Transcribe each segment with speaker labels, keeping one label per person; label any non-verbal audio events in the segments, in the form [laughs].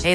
Speaker 1: Hey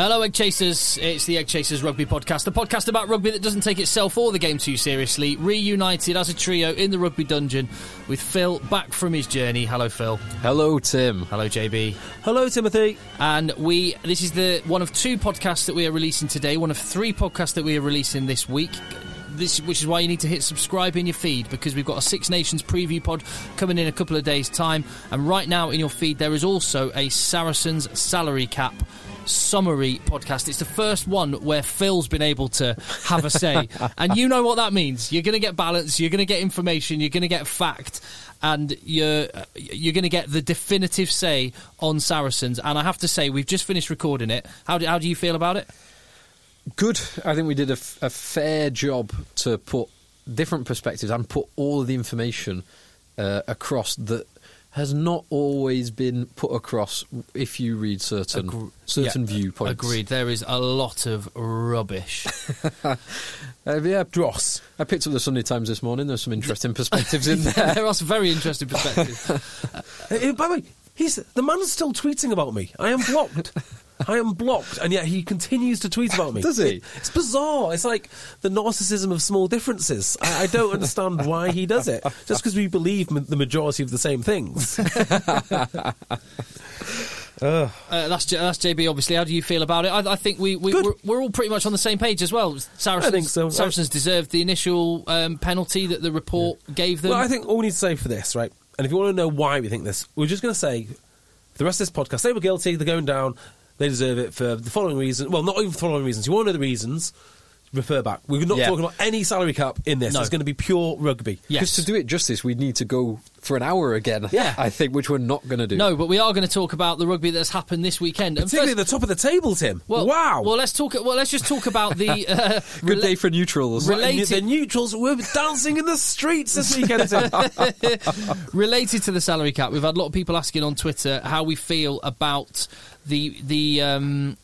Speaker 2: Hello, Egg Chasers. It's the Egg Chasers Rugby Podcast, the podcast about rugby that doesn't take itself or the game too seriously. Reunited as a trio in the rugby dungeon with Phil back from his journey. Hello, Phil.
Speaker 3: Hello, Tim.
Speaker 2: Hello, JB.
Speaker 4: Hello, Timothy.
Speaker 2: And we, this is the one of two podcasts that we are releasing today, one of three podcasts that we are releasing this week. This, which is why you need to hit subscribe in your feed because we've got a Six Nations preview pod coming in a couple of days' time. And right now in your feed, there is also a Saracens salary cap summary podcast. It's the first one where Phil's been able to have a say. and you know what that means. You're going to get balance, you're going to get information, you're going to get fact, and you're you're going to get the definitive say on Saracens. And I have to say, we've just finished recording it. How do, how do you feel about it?
Speaker 3: Good. I think we did a, f- a fair job to put different perspectives and put all of the information uh, across that has not always been put across if you read certain certain
Speaker 2: Yeah,
Speaker 3: viewpoints.
Speaker 2: Agreed. There is a lot of
Speaker 4: [laughs]
Speaker 2: rubbish.
Speaker 3: Uh, yeah, dross. I picked up the Sunday Times this morning. There's
Speaker 2: [laughs]
Speaker 3: some interesting perspectives in there.
Speaker 2: there are some very interesting
Speaker 4: [laughs]
Speaker 2: perspectives.
Speaker 4: Uh, by the way, he's the man's still tweeting about me. I am
Speaker 3: [laughs]
Speaker 4: blocked. I am blocked, and yet he continues to tweet about me.
Speaker 3: Does he?
Speaker 4: It- it's bizarre. It's like the narcissism of small differences. I, I don't understand why he does it. Just because we believe ma- the majority of the
Speaker 3: [laughs]
Speaker 4: same things.
Speaker 2: Uh, that's J- that's JB. Obviously, how do you feel about it? I, I think we, we
Speaker 4: Good.
Speaker 2: we're, we're all pretty much on the same page as well. Saracens,
Speaker 4: I think so.
Speaker 2: Saracens deserved the initial um, penalty that the report gave them.
Speaker 4: Well, I think all we need to say for this, right? And if you want to know why we think this, we're just going to say the rest of this podcast, they were guilty, they're going down, they deserve it for the following reasons. Well, not even the following reasons. You want to know the reasons? Refer back. We're not
Speaker 3: Yeah.
Speaker 4: talking about any salary cap in this.
Speaker 2: No.
Speaker 4: It's going to be pure rugby.
Speaker 2: [laughs] Yes.
Speaker 3: Because to do it justice, we'd need to go for an hour again.
Speaker 2: Yeah.
Speaker 3: I think, which we're not going to do.
Speaker 2: no, but we are going to talk about the rugby that's happened this weekend. And
Speaker 4: Particularly
Speaker 2: first-
Speaker 4: at the top of the table, Tim.
Speaker 2: well,
Speaker 4: wow.
Speaker 2: Well, let's talk. Well, let's just talk about the [laughs] uh,
Speaker 3: Good
Speaker 2: rela-
Speaker 3: day for neutrals.
Speaker 2: Rela-
Speaker 4: And
Speaker 2: related-
Speaker 4: the neutrals were dancing in the streets this weekend. Tim.
Speaker 2: [laughs] related to the salary cap, we've had a lot of people asking on Twitter how we feel about the the um,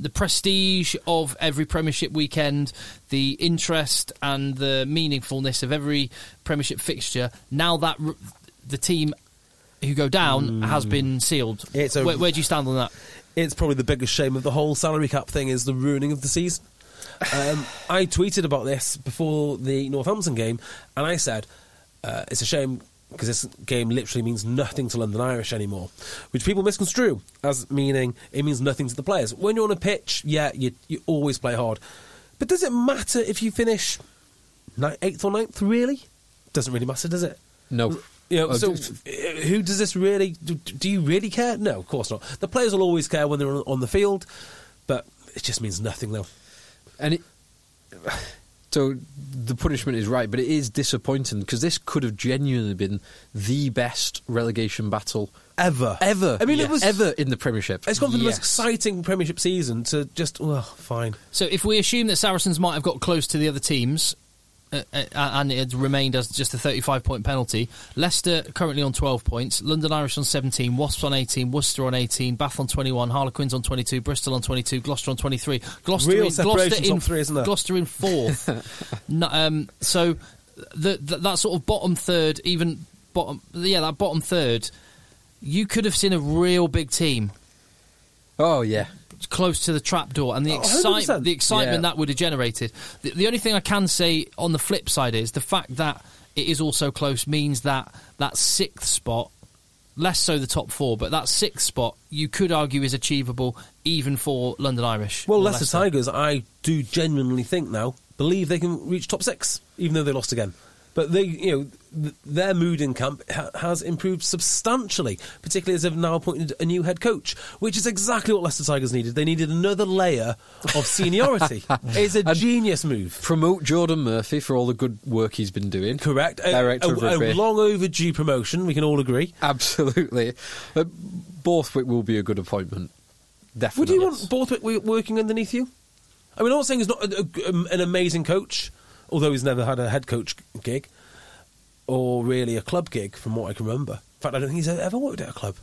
Speaker 2: the prestige of every Premiership weekend, the interest and the meaningfulness of every Premiership fixture. Now that r- the team who go down has been sealed,
Speaker 4: Hmm. It's a-
Speaker 2: where, where do you stand on that?
Speaker 4: it's probably the biggest shame of the whole salary cap thing is the ruining of the season. Um, I tweeted about this before the Northampton game, and I said uh, it's a shame because this game literally means nothing to London Irish anymore, which people misconstrue as meaning it means nothing to the players. When you're on a pitch, yeah, you, you always play hard, but does it matter if you finish ni- eighth or ninth? Really, doesn't really matter, does it?
Speaker 3: No.
Speaker 4: You know,
Speaker 3: Oh,
Speaker 4: so
Speaker 3: d-
Speaker 4: uh, who does this really? Do, do you really care? No, of course not. The players will always care when they're on, on the field, but it just means nothing though.
Speaker 3: And it, so the punishment is right, but it is disappointing because this could have genuinely been the best relegation battle
Speaker 4: Ever,
Speaker 3: ever.
Speaker 4: I mean, it was
Speaker 3: ever in the Premiership.
Speaker 4: It's gone from the most
Speaker 3: Yes.
Speaker 4: exciting Premiership season to just well, fine.
Speaker 2: So, if we assume that Saracens might have got close to the other teams. Uh, uh, and it had remained as just a 35 point penalty. Leicester currently on 12 points, London Irish on 17, Wasps on 18, Worcester on 18, Bath on 21, Harlequins on 22, Bristol on 22, Gloucester on 23. Gloucester
Speaker 4: Real
Speaker 2: in,
Speaker 4: separation
Speaker 2: Gloucester
Speaker 4: top
Speaker 2: in
Speaker 4: three, isn't there?
Speaker 2: Gloucester in
Speaker 4: [laughs]
Speaker 2: fourth. no, um, so the, the, that sort of bottom third, even bottom, yeah, that bottom third, you could have seen a real big team
Speaker 3: Oh yeah,
Speaker 2: close to the trapdoor and the
Speaker 4: Oh,
Speaker 2: excitement
Speaker 4: 100%.
Speaker 2: the excitement
Speaker 3: Yeah.
Speaker 2: that would have generated. The, the only thing I can say on the flip side is the fact that it is also close means that that sixth spot less so the top four, but that sixth spot you could argue is achievable even for London Irish.
Speaker 4: Well,
Speaker 2: or
Speaker 4: Leicester Tigers, I do genuinely think now believe they can reach top six, even though they lost again. But they, you know, th- their mood in camp ha- has improved substantially, particularly as they've now appointed a new head coach, which is exactly what Leicester Tigers needed. They needed another layer [laughs] of seniority. it's a genius move.
Speaker 3: Promote Jordan Murphy for all the good work he's been doing.
Speaker 4: Correct. A-
Speaker 3: Director
Speaker 4: a,
Speaker 3: of
Speaker 4: a
Speaker 3: rugby.
Speaker 4: long overdue promotion. We can all agree.
Speaker 3: Absolutely. But Borthwick will be a good appointment.
Speaker 4: Would
Speaker 3: Definitely.
Speaker 4: you want Borthwick w- working underneath you? I mean, I'm not saying he's not a, a- um, an amazing coach, although he's never had a head coach gig or really a club gig, from what I can remember. In fact, I don't think he's ever worked at a club.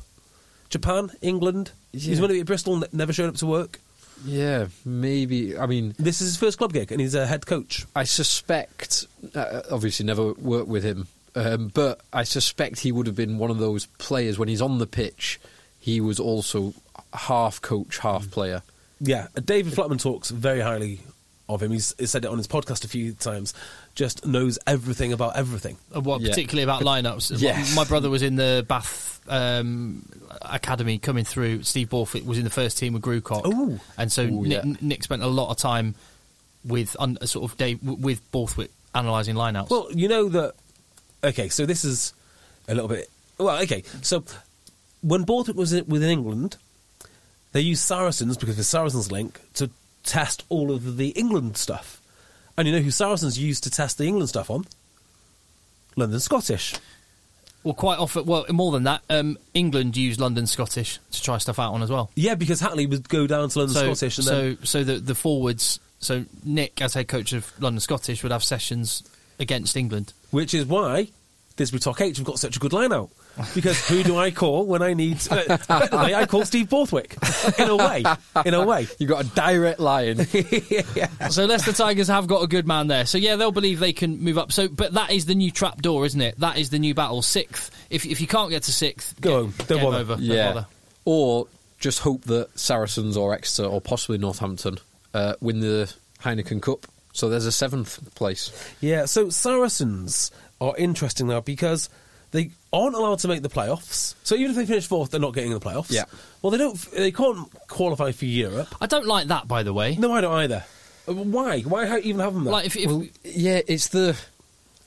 Speaker 4: Japan, England. He's
Speaker 3: Yeah.
Speaker 4: going to be at Bristol, n- never showed up to work.
Speaker 3: Yeah, maybe. I mean,
Speaker 4: This is his first club gig, and he's a head coach.
Speaker 3: I suspect, uh, obviously, never worked with him, um, but I suspect he would have been one of those players when he's on the pitch. He was also half coach, half player.
Speaker 4: Yeah, Uh, David Flatman talks very highly of him. He's, he's said it on his podcast a few times. Just knows everything about everything.
Speaker 2: Uh, Well,
Speaker 3: Yeah.
Speaker 2: particularly about lineups.
Speaker 3: Yes.
Speaker 2: My brother was in the Bath um, Academy coming through. Steve Borthwick was in the first team with Grucock.
Speaker 4: Ooh.
Speaker 2: And so
Speaker 3: Ooh,
Speaker 2: Nick,
Speaker 3: yeah.
Speaker 2: Nick spent a lot of time with un, sort of Dave, with Borthwick analysing lineouts.
Speaker 4: Well, you know that. Okay, so this is a little bit. Well, okay, so when Borthwick was in- within England, they used Saracens because of Saracens link to test all of the England stuff. And you know who Saracens used to test the England stuff on? London Scottish.
Speaker 2: well, quite often, well, more than that, um, England used London Scottish to try stuff out on as well.
Speaker 4: Yeah, because Hatley would go down to London
Speaker 2: so,
Speaker 4: Scottish and then.
Speaker 2: so, so the, the forwards, so Nick, as head coach of London Scottish, would have sessions against England.
Speaker 4: Which is why this with Talk 8 we've got such a good line out. Because who do I call when I need. [laughs] Uh, effectively, I call Steve Borthwick. In a way. In
Speaker 2: [laughs]
Speaker 4: a way.
Speaker 3: You got a direct line.
Speaker 2: So Leicester Tigers have got a good man there. So yeah, they'll believe they can move up. So, but that is the new trap door, isn't it? That is the new battle. Sixth. If if you can't get to sixth,
Speaker 4: Go
Speaker 2: ga-
Speaker 4: home. Don't
Speaker 2: game
Speaker 4: bother.
Speaker 2: Over. Don't
Speaker 3: yeah. [laughs]
Speaker 2: bother.
Speaker 3: Or just hope that Saracens or Exeter or possibly Northampton uh, win the Heineken Cup. So there's a seventh place.
Speaker 4: Yeah, so Saracens are interesting now because they aren't allowed to make the playoffs. So even if they finish fourth, they're not getting in the playoffs.
Speaker 3: Yeah.
Speaker 4: Well, they don't. They can't qualify for Europe.
Speaker 2: I don't like that, by the way.
Speaker 4: No, I don't either. Uh, Why? Why ha- even have them there?
Speaker 2: Like if, if
Speaker 3: Well, yeah, it's the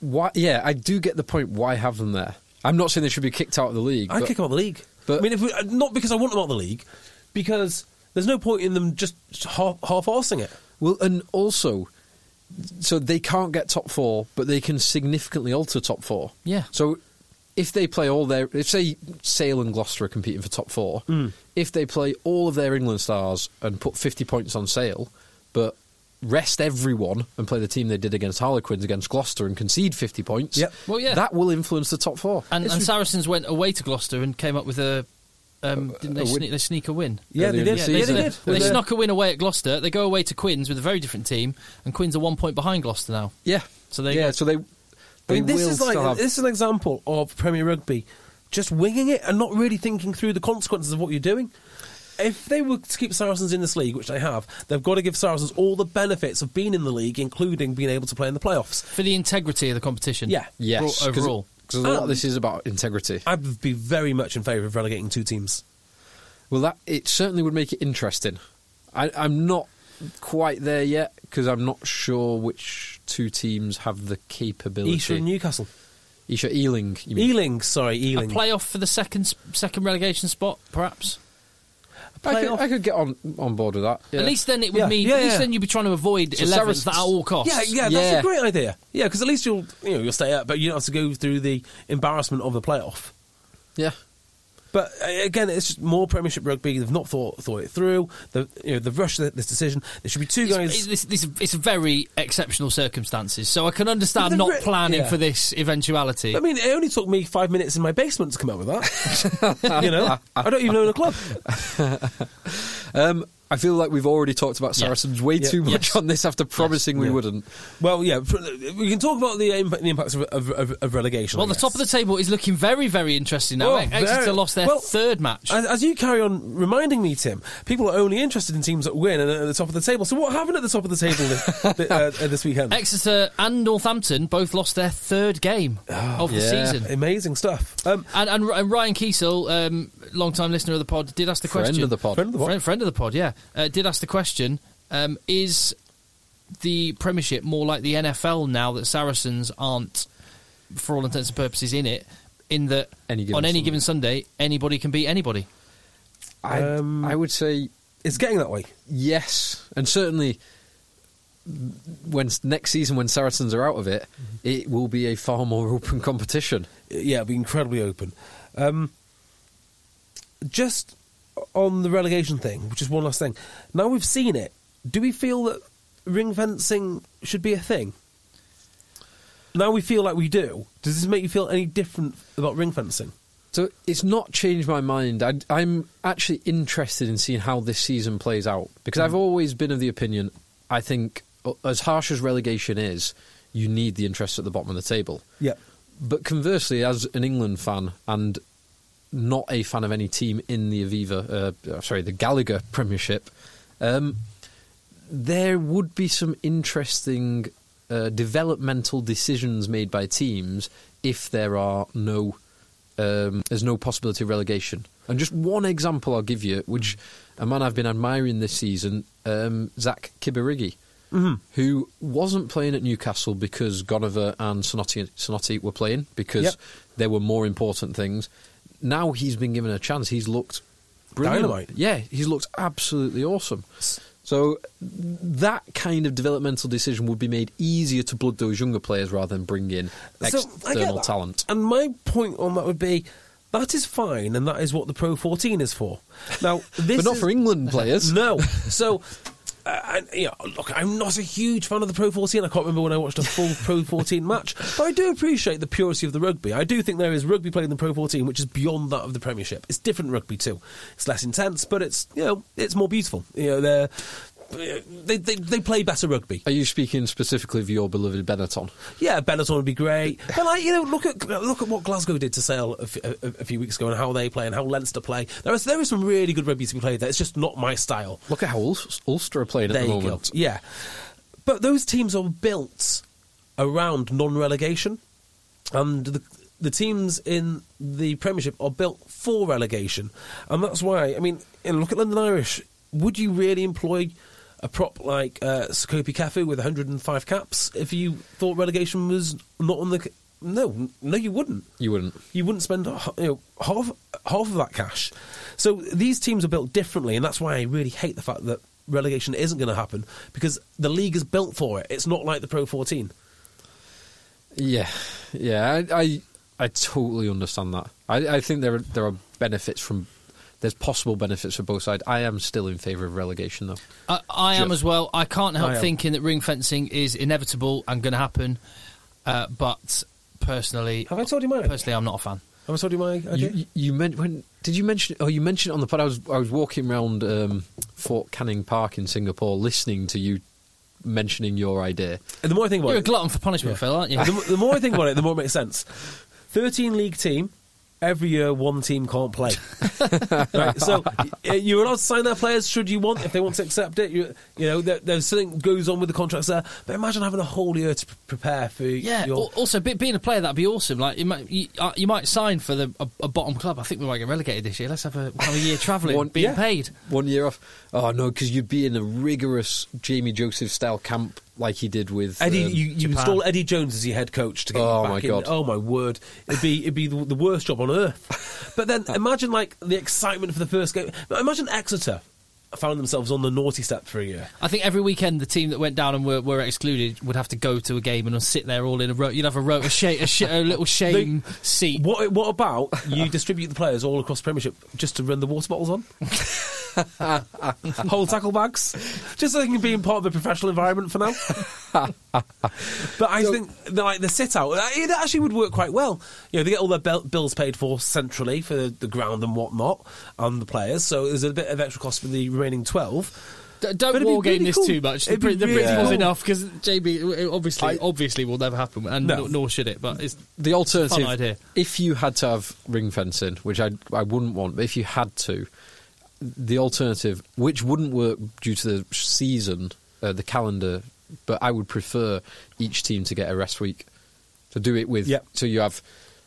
Speaker 3: why. Yeah, I do get the point. Why have them there? I'm not saying they should be kicked out of the league.
Speaker 4: I
Speaker 3: but-
Speaker 4: kick them out of the league.
Speaker 3: but-
Speaker 4: I mean, if we, uh, not because I want them out of the league, because there's no point in them just half half-arsing it.
Speaker 3: Well, and also, so they can't get top four, but they can significantly alter top four.
Speaker 2: Yeah.
Speaker 3: So if they play all their, if say Sale and Gloucester are competing for top four, if they play all of their England stars and put 50 points on Sale, but rest everyone and play the team they did against Harlequins against Gloucester and concede 50 points,
Speaker 4: Yep.
Speaker 2: Well, yeah.
Speaker 3: that will influence the top four.
Speaker 2: and, and Saracens went away to Gloucester and came up with a. Um, didn't they,
Speaker 3: a win.
Speaker 2: sneak, they sneak a win?
Speaker 4: Yeah,
Speaker 3: they did.
Speaker 2: they,
Speaker 3: Yeah, they
Speaker 4: did.
Speaker 2: They
Speaker 4: With the-
Speaker 2: snuck a win away at Gloucester. They go away to Quinns with a very different team, and Quinns are one point behind Gloucester now.
Speaker 3: yeah.
Speaker 2: So they-
Speaker 3: yeah, so they,
Speaker 4: I
Speaker 3: they
Speaker 4: mean, this
Speaker 3: will
Speaker 4: is like
Speaker 3: still have-
Speaker 4: this is an example of Premier Rugby just winging it and not really thinking through the consequences of what you're doing. If they were to keep Saracens in this league, which they have, they've got to give Saracens all the benefits of being in the league, including being able to play in the playoffs.
Speaker 2: For the integrity of the competition.
Speaker 4: Yeah.
Speaker 2: Overall-
Speaker 3: yes,
Speaker 2: overall.
Speaker 3: Because a lot of
Speaker 4: Um,
Speaker 3: this is about integrity.
Speaker 4: I'd be very much in favour of relegating two teams.
Speaker 3: Well, that it certainly would make it interesting. I, I'm not quite there yet because I'm not sure which two teams have the capability.
Speaker 4: Easter and Newcastle.
Speaker 3: Esher Ealing. You mean.
Speaker 4: Ealing, sorry,
Speaker 2: A
Speaker 4: Ealing.
Speaker 2: playoff for the second s- second relegation spot, perhaps.
Speaker 3: I could,
Speaker 4: playoff.
Speaker 3: I could get on on board with that. yeah.
Speaker 2: At least then it would
Speaker 4: Yeah.
Speaker 2: mean.
Speaker 4: Yeah,
Speaker 2: at least
Speaker 4: yeah.
Speaker 2: then you'd be trying to avoid
Speaker 3: So
Speaker 2: eleventh
Speaker 3: Saracens-
Speaker 2: at all costs.
Speaker 4: Yeah, yeah, that's
Speaker 3: Yeah.
Speaker 4: a great idea. Yeah, because at least you'll you know you'll stay up, but you don't have to go through the embarrassment of the playoff.
Speaker 3: yeah.
Speaker 4: But uh, again, it's just more Premiership rugby. They've not thought thought it through. The you know they've rushed th- this decision. There should be two
Speaker 2: It's,
Speaker 4: guys.
Speaker 2: it's, this- this- it's very exceptional circumstances, so I can
Speaker 4: But
Speaker 2: understand
Speaker 4: the
Speaker 2: not
Speaker 4: re-
Speaker 2: planning
Speaker 4: yeah.
Speaker 2: for this eventuality.
Speaker 4: I mean, it only took me five minutes in my basement to come up with that. you know, I don't even own a club.
Speaker 3: Um, I feel like we've already talked about
Speaker 2: Yeah.
Speaker 3: Saracens way
Speaker 4: Yeah.
Speaker 3: too much
Speaker 2: Yes.
Speaker 3: on this after promising we
Speaker 4: Yeah.
Speaker 3: wouldn't.
Speaker 4: Well, yeah, pr- we can talk about the impact, the impacts of, of, of, of relegation.
Speaker 2: Well,
Speaker 4: I
Speaker 2: the
Speaker 4: guess.
Speaker 2: top of the table is looking very, very interesting now.
Speaker 4: Oh,
Speaker 2: Exeter
Speaker 4: very-
Speaker 2: lost their
Speaker 4: well,
Speaker 2: third match.
Speaker 4: As, as you carry on reminding me, Tim, people are only interested in teams that win and are at the top of the table. So what happened at the top of the table this, th- uh,
Speaker 2: [laughs]
Speaker 4: this weekend?
Speaker 2: Exeter and Northampton both lost their third game
Speaker 4: Oh,
Speaker 2: of the
Speaker 3: yeah.
Speaker 2: season.
Speaker 4: Amazing stuff. Um,
Speaker 2: And, and, and Ryan Kiesel, um, long-time listener of the pod, did ask the
Speaker 3: Friend
Speaker 2: question.
Speaker 3: of the pod.
Speaker 4: Friend of the pod.
Speaker 2: Friend, friend of the pod, yeah. Uh, did ask the question, um, is the Premiership more like the NFL now that Saracens aren't, for all intents and purposes, in it, in that
Speaker 3: Any given
Speaker 2: on any
Speaker 3: Sunday.
Speaker 2: given Sunday, anybody can beat anybody?
Speaker 3: I,
Speaker 4: Um,
Speaker 3: I would say
Speaker 4: it's getting that way.
Speaker 3: yes, and certainly when next season when Saracens are out of it, it will be a far more [laughs] open competition.
Speaker 4: yeah, it'll be incredibly open. Um, just on the relegation thing, which is one last thing. Now we've seen it. Do we feel that ring fencing should be a thing? Now we feel like we do. Does this make you feel any different about ring fencing?
Speaker 3: So it's not changed my mind. I, I'm actually interested in seeing how this season plays out because I've always been of the opinion. I think uh, as harsh as relegation is, you need the interest at the bottom of the table.
Speaker 4: Yeah.
Speaker 3: But conversely, as an England fan and not a fan of any team in the Aviva, uh, sorry, the Gallagher Premiership, um, there would be some interesting uh, developmental decisions made by teams if there are no um, there's no possibility of relegation. And just one example I'll give you, which a man I've been admiring this season, um, Zach Kibarigi, who wasn't playing at Newcastle because Gonover and Sonotti, Sonotti were playing because
Speaker 4: Yep.
Speaker 3: there were more important things. Now he's been given a chance. He's looked brilliant.
Speaker 4: Dynamite.
Speaker 3: Yeah, he's looked absolutely awesome. So that kind of developmental decision would be made easier to blood those younger players rather than bring in
Speaker 4: I get
Speaker 3: external
Speaker 4: that.
Speaker 3: talent.
Speaker 4: And my point on that would be that is fine, and that is what the Pro 14 is for. Now,
Speaker 3: [laughs]
Speaker 4: this
Speaker 3: But not
Speaker 4: is-
Speaker 3: for England players.
Speaker 4: [laughs] No. So, uh, and, you know, look, I'm not a huge fan of the Pro 14. I can't remember when I watched a full Pro 14 match, but I do appreciate the purity of the rugby. I do think there is rugby played in the Pro 14, which is beyond that of the Premiership. It's different rugby too. It's less intense, but it's you know it's more beautiful. You know they're. They, they they play better rugby.
Speaker 3: Are you speaking specifically of your beloved Benetton?
Speaker 4: Yeah, Benetton would be great. But like you know, look at look at what Glasgow did to Sale a, f- a- a few weeks ago, and how they play, and how Leinster play. There is there is some really good rugby to be played there. It's just not my style.
Speaker 3: Look at how Ul- Ulster are playing at
Speaker 4: There
Speaker 3: the
Speaker 4: you go.
Speaker 3: moment.
Speaker 4: Yeah. But those teams are built around non relegation. And the the teams in the Premiership are built for relegation. And that's why, I mean, you know, look at London Irish. Would you really employ a prop like uh, Sokopi Kafu with 105 caps if you thought relegation was not on the. c- No, no, you wouldn't
Speaker 3: You wouldn't.
Speaker 4: you wouldn't spend h- you know, half half of that cash. So these teams are built differently, and that's why I really hate the fact that relegation isn't going to happen because the league is built for it. It's not like the Pro 14.
Speaker 3: Yeah, yeah, I, I, I totally understand that. I, I think there are, there are benefits from there's possible benefits for both sides. I am still in favour of relegation though.
Speaker 2: I, I am
Speaker 3: Sure.
Speaker 2: as well. I can't help
Speaker 4: I am.
Speaker 2: thinking that ring fencing is inevitable and going to happen, uh, but personally,
Speaker 4: Have I told you mine?
Speaker 2: Personally, I'm not a fan.
Speaker 4: Have I told you my idea?
Speaker 3: You, you, you meant when did you mention? Oh, you mentioned it on the pod. I was I was walking around um, Fort Canning Park in Singapore, listening to you mentioning your idea.
Speaker 4: and the more I think about
Speaker 2: You're a
Speaker 4: it,
Speaker 2: glutton for punishment, Phil, aren't you?
Speaker 4: [laughs] the, mo- the more I think about it, the more it makes sense. 13 league team. Every year, one team
Speaker 2: [laughs]
Speaker 4: can't play. right, so y- you're allowed to sign their players should you want, if they want to accept it. You, you know, there, there's something goes on with the contracts there. But imagine having a whole year to pre- prepare for
Speaker 2: yeah.
Speaker 4: your.
Speaker 2: al- Also, be, being a player that'd be awesome. Like you might, you, uh, you might sign for the a, a bottom club. I think we might get relegated this year. Let's have a we'll have a
Speaker 4: [laughs]
Speaker 2: year travelling,
Speaker 3: One-
Speaker 2: being
Speaker 3: yeah.
Speaker 2: paid.
Speaker 3: One year off. Oh no, because you'd be in a rigorous Jamie Joseph style camp like he did with
Speaker 4: Eddie,
Speaker 3: um,
Speaker 4: you, you
Speaker 2: Japan.
Speaker 4: install Eddie Jones as your head coach to get
Speaker 3: Oh,
Speaker 4: you back
Speaker 3: my
Speaker 4: in.
Speaker 3: God.
Speaker 4: Oh my word! It'd be it'd be the, the worst job
Speaker 3: [laughs]
Speaker 4: on earth. But then imagine like the excitement for the first game. Now, Imagine Exeter found themselves on the naughty step for a year.
Speaker 2: I think every weekend the team that went down and were, were excluded would have to go to a game and sit there all in a row. You'd have a row, a, sh- a, sh- a
Speaker 4: [laughs]
Speaker 2: little shame seat.
Speaker 4: What what about you distribute the players all across Premiership just to run the water bottles on? Whole tackle bags, just so they can be in part of the professional environment for now.
Speaker 2: [laughs]
Speaker 4: But I think the, like the sit out uh, it actually would work quite well. You know, they get all their bel- bills paid for centrally for the, the ground and whatnot, and the players. So there's a bit of extra cost for the remaining twelve.
Speaker 2: D-
Speaker 4: But
Speaker 2: don't
Speaker 4: it'd be
Speaker 2: war game
Speaker 4: really
Speaker 2: this
Speaker 4: cool.
Speaker 2: too much. The,
Speaker 4: It'd be
Speaker 2: Brit- the
Speaker 4: really
Speaker 2: Brits was
Speaker 4: cool.
Speaker 2: enough because JB it obviously
Speaker 3: I-
Speaker 2: obviously will never happen, and
Speaker 4: No.
Speaker 2: nor, nor should it. But it's
Speaker 3: the alternative,
Speaker 2: Fun idea.
Speaker 3: if you had to have ring fencing, which I I wouldn't want, but if you had to, the alternative, which wouldn't work due to the season, uh, the calendar, but I would prefer each team to get a rest week to do it with.
Speaker 4: Yep.
Speaker 3: So you have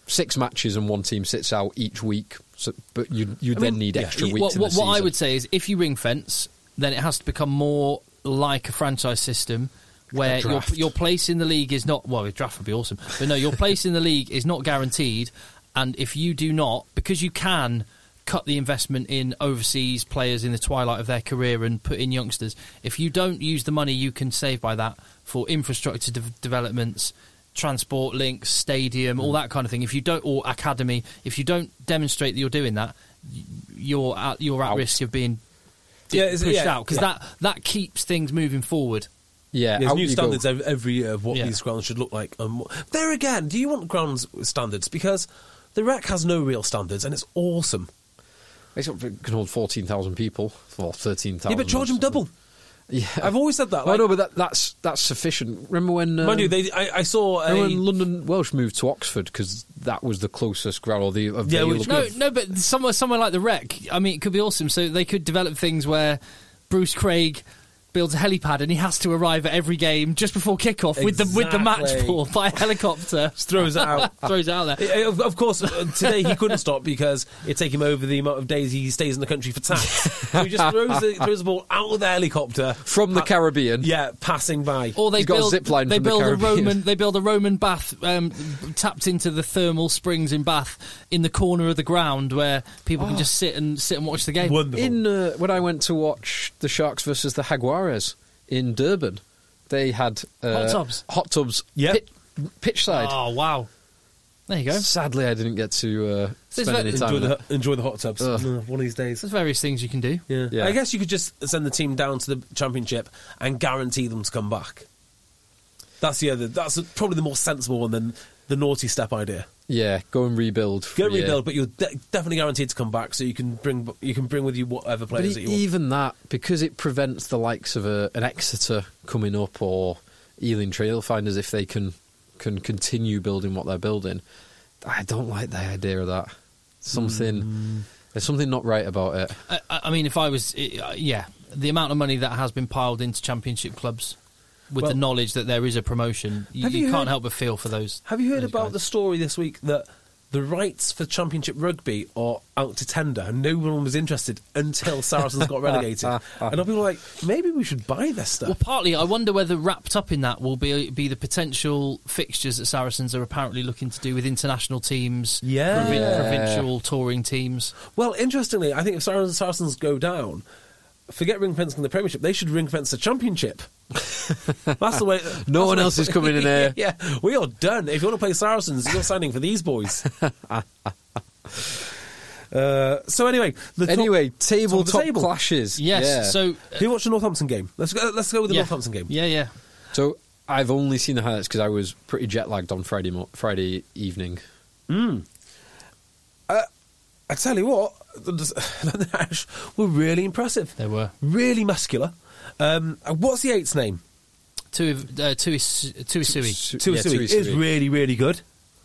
Speaker 3: six matches and one team sits out each week. So, but you you then need extra weeks.
Speaker 2: what,
Speaker 3: in
Speaker 2: what,
Speaker 3: the
Speaker 2: what I
Speaker 3: season.
Speaker 2: would say is if you ring fence, then it has to become more like a franchise system. Where
Speaker 3: A
Speaker 2: your,
Speaker 3: draft.
Speaker 2: your place in the league is not well, a draft would be awesome, but no, your place in the league is not guaranteed. And if you do not, because you can cut the investment in overseas players in the twilight of their career and put in youngsters, if you don't use the money you can save by that for infrastructure de- developments, transport links, stadium,
Speaker 3: Mm.
Speaker 2: all that kind of thing, if you don't, or academy, if you don't demonstrate that you're doing that, you're at you're at
Speaker 3: Out.
Speaker 2: risk of being
Speaker 4: Yeah,
Speaker 2: yeah,
Speaker 4: it's-
Speaker 2: pushed
Speaker 4: yeah,
Speaker 2: out because
Speaker 4: yeah.
Speaker 2: that that keeps things moving forward.
Speaker 3: yeah,
Speaker 4: There's
Speaker 3: out
Speaker 4: new
Speaker 3: you go.
Speaker 4: standards ev- every year of what
Speaker 2: Yeah.
Speaker 4: these grounds should look like. Um, there again, do you want grounds standards? Because the rec has no real standards, and it's awesome.
Speaker 3: It's got- it can hold fourteen thousand people or thirteen
Speaker 4: Yeah,
Speaker 3: thousand.
Speaker 4: but charge them double.
Speaker 3: Yeah,
Speaker 4: I've always said that.
Speaker 3: I
Speaker 4: Like,
Speaker 3: know, but that, that's that's sufficient. Remember when? Um,
Speaker 4: mind you, they, I, I saw a,
Speaker 3: remember when London Welsh moved to Oxford because that was the closest ground or the available.
Speaker 4: Yeah, which-
Speaker 2: No, no, but somewhere somewhere like the wreck, I mean, it could be awesome. So they could develop things where Bruce Craig builds a helipad and he has to arrive at every game just before kickoff with the with the match
Speaker 4: Exactly.
Speaker 2: ball by
Speaker 3: [laughs]
Speaker 2: helicopter.
Speaker 4: [laughs] throws it out.
Speaker 2: Throws it out there.
Speaker 4: I- I- Of, of course, uh, today he couldn't stop because it take him over the amount of days he stays in the country
Speaker 3: [laughs]
Speaker 4: for tax. So he just throws the, throws the ball out of the helicopter
Speaker 3: from the
Speaker 4: Pa-
Speaker 3: Caribbean.
Speaker 4: Yeah, passing by.
Speaker 2: Or they
Speaker 3: He's got a
Speaker 2: build
Speaker 3: zip line
Speaker 2: they
Speaker 3: from the
Speaker 2: build a
Speaker 3: Caribbean.
Speaker 2: Roman they build a Roman bath um, tapped into the thermal springs in Bath in the corner of the ground where people
Speaker 3: Ah.
Speaker 2: can just sit and sit and watch the game.
Speaker 4: Wonderful.
Speaker 3: In uh, when I went to watch the Sharks versus the Jaguares in Durban, they had uh,
Speaker 2: Hot tubs.
Speaker 3: Hot tubs.
Speaker 4: Yep.
Speaker 3: Pit, pitch side.
Speaker 2: Oh wow! There you go.
Speaker 3: Sadly, I didn't get to uh,
Speaker 2: So it's
Speaker 3: spend
Speaker 2: like-
Speaker 3: any time.
Speaker 4: enjoy,
Speaker 3: in
Speaker 4: the,
Speaker 3: it.
Speaker 4: enjoy the hot tubs.
Speaker 3: Ugh.
Speaker 4: Mm, One of these days.
Speaker 2: There's various things you can do.
Speaker 4: Yeah.
Speaker 3: Yeah.
Speaker 4: I guess you could just send the team down to the championship and guarantee them to come back. That's the other. That's probably the more sensible one than the naughty step idea.
Speaker 3: Yeah, go and rebuild. for
Speaker 4: Go
Speaker 3: a year.
Speaker 4: rebuild, but you're de- definitely guaranteed to come back, so you can bring you can bring with you whatever
Speaker 3: But
Speaker 4: players
Speaker 3: e-
Speaker 4: that you want.
Speaker 3: even that, because it prevents the likes of a, an Exeter coming up or Ealing Trail Finders if they can can continue building what they're building. I don't like the idea of that. Something
Speaker 2: Hmm.
Speaker 3: there's something not right about it.
Speaker 2: I, I I mean, if I was, uh, yeah, the amount of money that has been piled into championship clubs with
Speaker 4: Well-
Speaker 2: the knowledge that there is a promotion, you,
Speaker 4: Have
Speaker 2: you
Speaker 4: you
Speaker 2: can't
Speaker 4: heard-
Speaker 2: help but feel for those.
Speaker 4: Have you heard
Speaker 2: those
Speaker 4: about
Speaker 2: guys.
Speaker 4: the story this week that the rights for Championship Rugby are out to tender and no one was interested until Saracens got relegated? And people were like, maybe we should buy this stuff.
Speaker 2: Well, partly, I wonder whether wrapped up in that will be be the potential fixtures that Saracens are apparently looking to do with international teams,
Speaker 4: Yeah.
Speaker 2: provin- provincial touring teams.
Speaker 4: Well, interestingly, I think if Sar- Saracens go down, forget ring fencing the Premiership. They should ring fence
Speaker 3: [laughs]
Speaker 4: the Championship. That's the way.
Speaker 3: No
Speaker 4: that's
Speaker 3: one
Speaker 4: the-
Speaker 3: else is coming in here.
Speaker 4: [laughs] yeah, we are done. If you want to play Saracens, you're signing for
Speaker 3: [laughs]
Speaker 4: these boys. Uh, so anyway, the top-
Speaker 3: Anyway,
Speaker 4: top of the
Speaker 3: tabletop
Speaker 4: table.
Speaker 3: clashes.
Speaker 2: Yes,
Speaker 3: yeah.
Speaker 2: so. uh,
Speaker 4: Who watched the Northampton game? Let's go. Let's go with the
Speaker 2: yeah.
Speaker 4: Northampton game.
Speaker 2: Yeah, yeah.
Speaker 3: So I've only seen the highlights because I was pretty jet lagged on Friday mo- Friday evening.
Speaker 4: I tell you what, the- [laughs] the Ash were really impressive.
Speaker 2: They were.
Speaker 4: really muscular. Um, and what's the eight's name?
Speaker 2: Two of- uh, two is two is Sui.
Speaker 3: Su- yeah,
Speaker 4: Tuisui is
Speaker 3: Tuisui.
Speaker 4: really really good.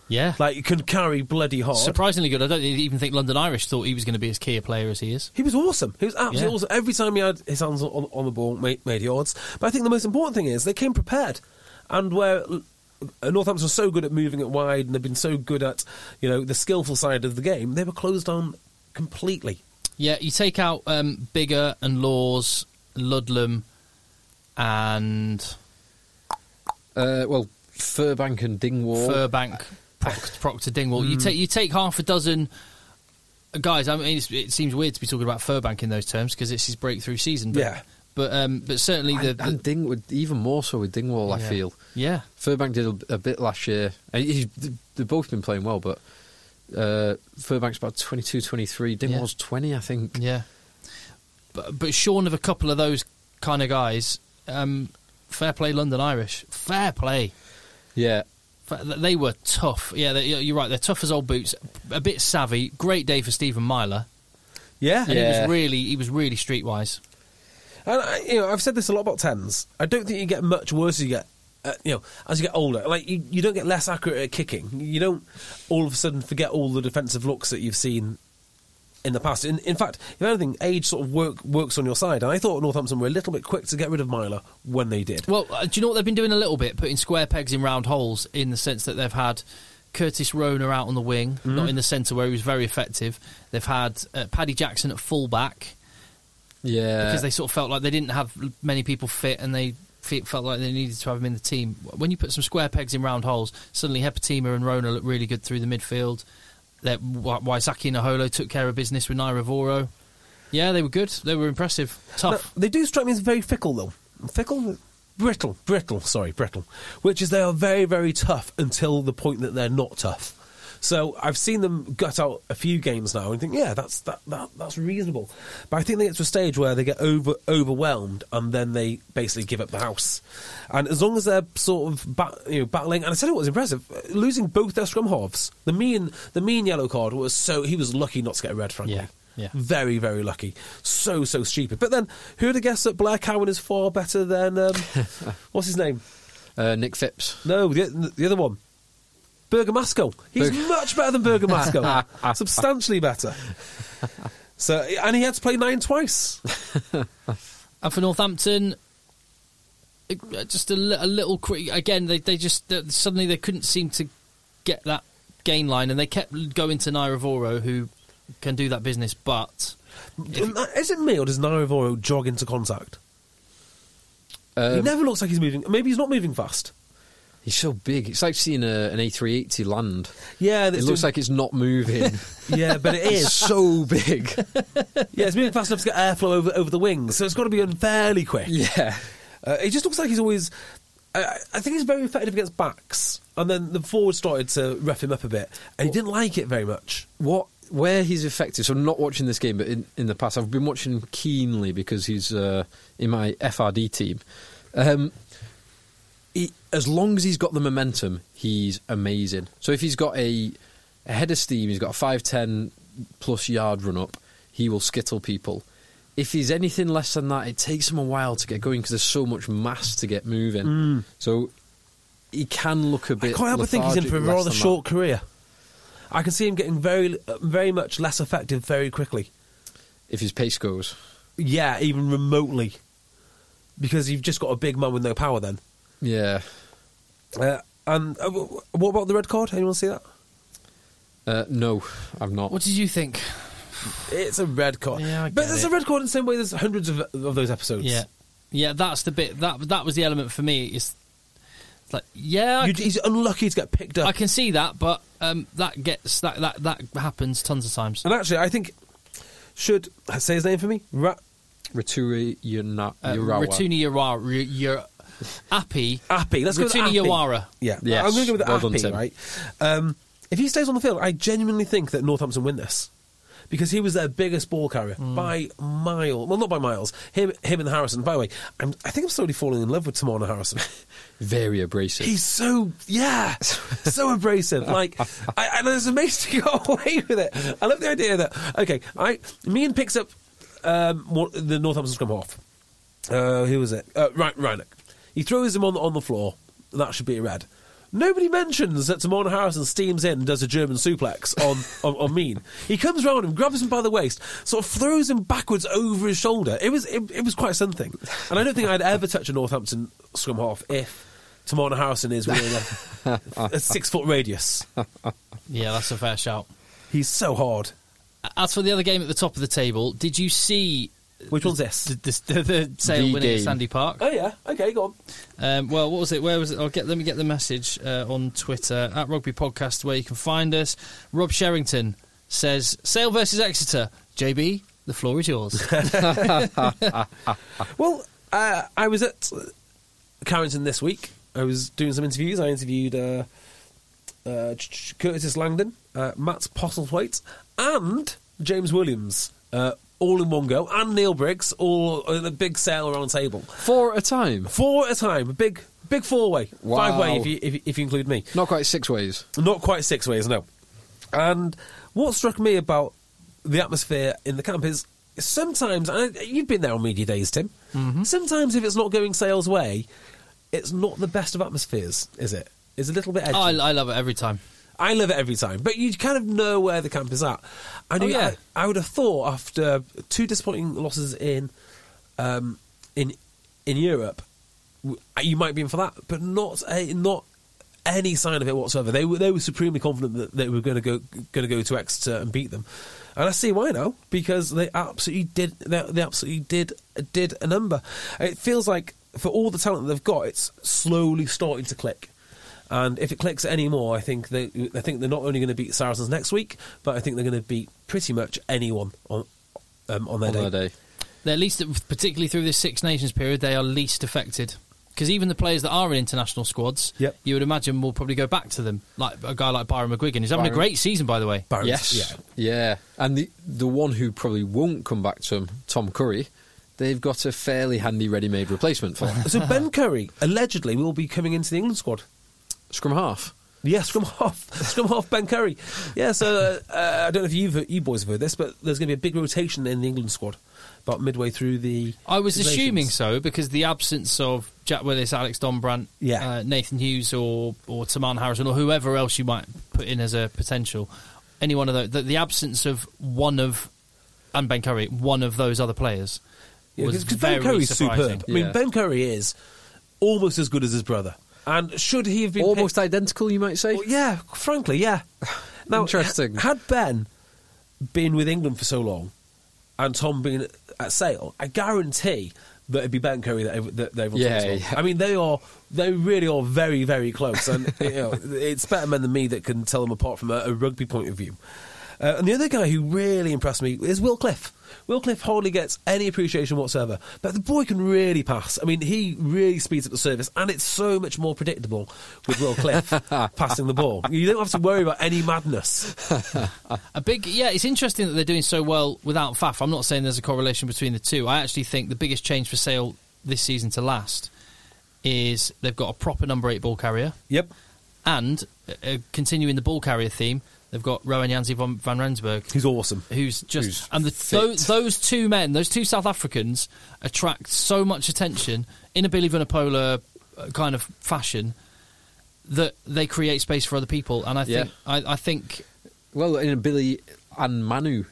Speaker 2: Yeah,
Speaker 4: Like you can carry bloody hard.
Speaker 2: surprisingly good. I don't even think London Irish thought he was going to be as key a player as he is.
Speaker 4: He was awesome. He was absolutely
Speaker 2: Yeah.
Speaker 4: awesome. Every time he had his hands on, on the ball, made, made yards. But I think the most important thing is they came prepared. And where uh, Northampton were so good at moving it wide and they've been so good at, you know, the skillful side of the game, they were closed down completely.
Speaker 2: Yeah, you take out um, Bigger and Laws, Ludlam, and
Speaker 3: Uh, well, Furbank and Dingwall.
Speaker 2: Furbank, Proctor, Proctor Dingwall.
Speaker 3: Hmm.
Speaker 2: You take you take half a dozen uh, guys. I mean, it's, it seems weird to be talking about Furbank in those terms because it's his breakthrough season. But,
Speaker 4: Yeah.
Speaker 2: but um, but certainly the,
Speaker 3: and,
Speaker 2: the
Speaker 3: and Ding with even more so with Dingwall, I
Speaker 2: Yeah.
Speaker 3: feel.
Speaker 2: yeah.
Speaker 3: Furbank did a, a bit last year. And he's, they've both been playing well, but uh, Furbank's about 22, 23. Dingwall's 20, I think.
Speaker 2: Yeah. But but shorn of a couple of those kind of guys, um, Fair play, London Irish. Fair play.
Speaker 3: Yeah.
Speaker 2: Fa- They were tough. Yeah, they, you're right. They're tough as old boots. A bit savvy. Great day for Stephen Myler.
Speaker 4: Yeah.
Speaker 2: And he
Speaker 3: Yeah.
Speaker 2: was really, he was really streetwise.
Speaker 4: And I, you know, I've said this a lot about tens. I don't think you get much worse as you get, uh, you know, as you get older. Like you, you don't get less accurate at kicking. You don't all of a sudden forget all the defensive looks that you've seen in the past. In, in fact, if anything, age sort of work, works on your side. And I thought Northampton were a little bit quick to get rid of Myler when they did.
Speaker 2: Well, uh, do you know what they've been doing a little bit? Putting square pegs in round holes in the sense that they've had Curtis Rona out on the wing, not in the centre where he was very effective. They've had uh, Paddy Jackson at full back
Speaker 3: Yeah.
Speaker 2: because they sort of felt like they didn't have many people fit and they fe- felt like they needed to have him in the team. When you put some square pegs in round holes, suddenly Hepatima and Rona look really good through the midfield. That Wa- Waisaki Naholo took care of business with Naira Voro. Yeah, they were good. They were impressive. Tough.
Speaker 4: Now, they do strike me as very fickle, though. Fickle? Brittle. Brittle, sorry, brittle. Which is they are very, very tough until the point that they're not tough. So I've seen them gut out a few games now and think, yeah, that's that, that that's reasonable. But I think they get to a stage where they get over overwhelmed and then they basically give up the house. And as long as they're sort of bat, you know, battling, and I said it was impressive, uh, losing both their scrum halves. The mean the mean yellow card was so he was lucky not to get a red, frankly.
Speaker 2: Yeah, yeah.
Speaker 4: Very, very lucky. So, so stupid. But then, who'd have guessed that Blair Cowan is far better
Speaker 3: [laughs]
Speaker 4: than. Um, what's his name?
Speaker 3: uh, Nick Phipps.
Speaker 4: No, the, the other one. Bergamasco. He's
Speaker 3: Berg-
Speaker 4: much better
Speaker 3: [laughs]
Speaker 4: than Bergamasco. Substantially better. So, and he had to play
Speaker 3: [laughs]
Speaker 4: nine twice.
Speaker 2: And for Northampton, uh, just a, li- a little quick. Again, they they just uh, suddenly they couldn't seem to get that gain line, and they kept going to Nairavoro, who can do that business. But
Speaker 4: Is it me or does Naravoro jog into contact? he
Speaker 3: Um,
Speaker 4: never looks like he's moving. Maybe he's not moving fast.
Speaker 3: he's so big. It's like seeing a, an A380 land.
Speaker 4: Yeah,
Speaker 3: It looks like it's not moving.
Speaker 4: [laughs] Yeah, but it
Speaker 3: it's [laughs]
Speaker 4: is.
Speaker 3: so big.
Speaker 4: [laughs] yeah, it's moving fast enough to get airflow over, over the wings, so it's got to be unfairly quick.
Speaker 3: yeah.
Speaker 4: Uh, it just looks like he's always. I, I- I think he's very effective against backs, and then the forward started to ref him up a bit, and he didn't like it very much.
Speaker 3: what where he's effective. So I'm not watching this game, but in, in the past I've been watching him keenly because he's uh, in my FRD team. Um, he, as long as he's got the momentum, he's amazing. So if he's got a, a head of steam, he's got a five ten plus yard run up, he will skittle people. If he's anything less than that, it takes him a while to get going because there's so much mass to get moving. So he can look a
Speaker 4: Mm. I
Speaker 3: bit.
Speaker 4: can't help but think he's in for a
Speaker 3: lethargic less
Speaker 4: rather
Speaker 3: than that.
Speaker 4: short career. I can see him getting very, uh, very much less effective very quickly.
Speaker 3: if his pace goes.
Speaker 4: Yeah, even remotely, because you've just got a big man with no power. Then,
Speaker 3: Yeah.
Speaker 4: uh, and uh, w- w- what about the red card? Anyone see that?
Speaker 3: Uh, no, I've not.
Speaker 2: what did you think?
Speaker 4: It's a red card.
Speaker 2: Yeah, I
Speaker 4: but
Speaker 2: get
Speaker 4: there's
Speaker 2: it.
Speaker 4: a red card in the same way there's hundreds of, of those episodes.
Speaker 2: Yeah, yeah, that's the bit that that was the element for me. Is it's like yeah, I
Speaker 4: You,
Speaker 2: c-
Speaker 4: he's unlucky to get picked up.
Speaker 2: I can see that, but um, that gets that that that happens tons of times.
Speaker 4: And actually, I think should I say his name for me? Ra-
Speaker 3: Rituri Yuna-
Speaker 2: Uh,
Speaker 3: Urawa.
Speaker 2: Rituni Yawara, Yur- Appy,
Speaker 4: Appy. Let's go with
Speaker 2: Rituni
Speaker 4: Appy.
Speaker 2: Yawara.
Speaker 4: Yeah,
Speaker 3: Yes.
Speaker 4: I'm going to go with
Speaker 3: Well done,
Speaker 4: Appy.
Speaker 3: Tim.
Speaker 4: right. Um, if he stays on the field, I genuinely think that Northampton win this because he was their biggest ball carrier by mile. Well, not by miles. Him, him, and Harrison. By the way, I'm, I think I'm slowly falling in love with Tamana Harrison. [laughs]
Speaker 3: Very abrasive.
Speaker 4: He's so yeah, so abrasive. Like, I, and it's amazing to go [laughs] away with it. I love the idea that okay, I me and picks up um, one- the Northampton scrum half. Uh, who was it? Uh, Ry- Reinach. He throws him on on the floor. That should be a red. Nobody mentions that Tamon Harrison steams in and does a German suplex on, [laughs] on, on Mean. He comes round him, grabs him by the waist, sort of throws him backwards over his shoulder. It was it, it was quite something. And I don't think I'd ever touch a Northampton scrum half if Tamona Harrison is within a, [laughs] a six foot radius.
Speaker 2: Yeah, that's a fair shout.
Speaker 4: He's so hard.
Speaker 2: As for the other game at the top of the table, did you see
Speaker 4: Which one's this?
Speaker 2: the, the, the, the Sale
Speaker 3: The
Speaker 2: winning at
Speaker 3: game.
Speaker 2: Sandy Park?
Speaker 4: Oh yeah. Okay, go on.
Speaker 2: Um, well, what was it? Where was it? I'll get. Let me get the message uh, on Twitter at Rugby Podcast, where you can find us. Rob Sherrington says Sale versus Exeter. JB, the floor is yours.
Speaker 4: Well, uh, I was at Carrington this week. I was doing some interviews. I interviewed uh, uh, Ch- Ch- Curtis Langdon, uh, Matt Postlethwaite, and James Williams. Uh, all in one go, and Neil Briggs, all in a big sale round table.
Speaker 3: Four at a time.
Speaker 4: Four at a time, a big, big four way,
Speaker 3: Wow.
Speaker 4: five way if you, if, you- if you include me.
Speaker 3: Not quite six ways.
Speaker 4: Not quite six ways, no. And what struck me about the atmosphere in the camp is sometimes, and you've been there on media days, Tim.
Speaker 2: Mm-hmm.
Speaker 4: Sometimes if it's not going sales way, it's not the best of atmospheres, is it? It's a little bit edgy.
Speaker 2: Oh, I, I love it every time.
Speaker 4: I love it every time, but you kind of know where the camp is at. And
Speaker 2: Oh,
Speaker 4: you-
Speaker 2: yeah.
Speaker 4: I, I would have thought after two disappointing losses in um, in in Europe, w- uh, you might be in for that, but not a, not any sign of it whatsoever. They were they were supremely confident that they were going to go going to go to Exeter and beat them, and I see why now because they absolutely did they, they absolutely did did a number. It feels like for all the talent that they've got, it's slowly starting to click. And if it clicks anymore, I think they I think they're not only going to beat Saracens next week, but I think they're going to beat pretty much anyone on um, on their
Speaker 3: On
Speaker 4: day.
Speaker 3: that day.
Speaker 2: They're least, particularly through this Six Nations period, they are least affected. Because even the players that are in international squads,
Speaker 4: Yep.
Speaker 2: you would imagine will probably go back to them. Like a guy like Byron McGuigan, who's having a
Speaker 3: Byron-
Speaker 2: great season, by the way.
Speaker 4: Barons,
Speaker 3: Yes.
Speaker 4: Oh, yeah.
Speaker 3: Yeah. And the the one who probably won't come back to him, Tom Curry, they've got a fairly handy ready-made replacement
Speaker 4: [laughs]
Speaker 3: for [laughs] him.
Speaker 4: So Ben Curry allegedly will be coming into the England squad.
Speaker 3: Scrum half.
Speaker 4: Yes, scrum half, [laughs] scrum half Ben Curry. Yeah, so uh, uh, I don't know if you've, you boys have heard this, but there's going to be a big rotation in the England squad about midway through the.
Speaker 2: I was
Speaker 4: rotations.
Speaker 2: assuming so because the absence of Jack Willis, Alex Donbrandt,
Speaker 4: Yeah.
Speaker 2: uh, Nathan Hughes, or or Taman Harrison, or whoever else you might put in as a potential, any one of those, the, the absence of one of and Ben Curry, one of those other players,
Speaker 4: Yeah,
Speaker 2: was
Speaker 4: 'cause- 'cause
Speaker 2: very
Speaker 4: Ben Curry's
Speaker 2: surprising.
Speaker 4: superb. I mean,
Speaker 3: Yeah.
Speaker 4: Ben Curry is almost as good as his brother, and should he have been picked-
Speaker 3: Almost identical, you might say.
Speaker 4: Well, yeah,
Speaker 3: [laughs]
Speaker 4: frankly, yeah. Now,
Speaker 3: Interesting.
Speaker 4: ha- Had Ben been with England for so long, and Tom been at Sale, I guarantee that it'd be Ben Curry that, ev- that they would
Speaker 3: Yeah,
Speaker 4: talk
Speaker 3: yeah.
Speaker 4: I mean, they are they really are very very close, and [laughs] you know, it's better men than me that can tell them apart from a, a rugby point of view. Uh, and the other guy who really impressed me is Will Cliff. Will Cliff hardly gets any appreciation whatsoever, but the boy can really pass. I mean, he really speeds up the service, and it's so much more predictable with
Speaker 3: [laughs]
Speaker 4: Will Cliff passing the ball. You don't have to worry about any madness.
Speaker 2: A big, yeah. It's interesting that they're doing so well without Faf. I'm not saying there's a correlation between the two. I actually think the biggest change for Sale this season to last is they've got a proper number eight ball carrier,
Speaker 4: Yep.
Speaker 2: and uh, continuing the ball carrier theme, they've got Rowan Yanzi van, van Rensburg,
Speaker 4: He's awesome.
Speaker 2: who's just
Speaker 3: Who's
Speaker 2: and the,
Speaker 3: fit.
Speaker 2: those, those two men, those two South Africans, attract so much attention in a Billy Vanapola uh, kind of fashion that they create space for other people, and I think I, I think
Speaker 3: Well, in a Billy and Manu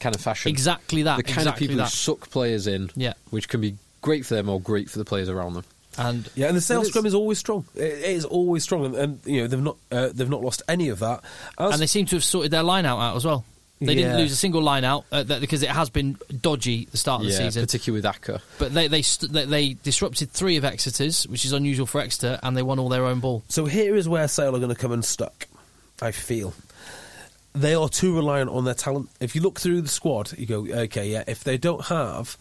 Speaker 3: kind of fashion.
Speaker 2: Exactly that,
Speaker 3: The kind
Speaker 2: exactly
Speaker 3: of people
Speaker 2: that.
Speaker 3: who suck players in,
Speaker 2: Yeah.
Speaker 3: which can be great for them or great for the players around them.
Speaker 2: and
Speaker 4: Yeah, and the sales
Speaker 3: is.
Speaker 4: scrum is always strong. It it is always strong, and, and you know they've not uh, they've not lost any of that. As-
Speaker 2: and they seem to have sorted their line out, out as well. They didn't
Speaker 4: Yeah.
Speaker 2: lose a single line out uh, that, because it has been dodgy at the start of the
Speaker 3: yeah,
Speaker 2: season.
Speaker 3: particularly with Akka.
Speaker 2: But they they, st- they they disrupted three of Exeter's, which is unusual for Exeter, and they won all their own ball.
Speaker 4: so here is where Sale are going to come unstuck. I feel they are too reliant on their talent. If you look through the squad, you go, okay, yeah. If they don't have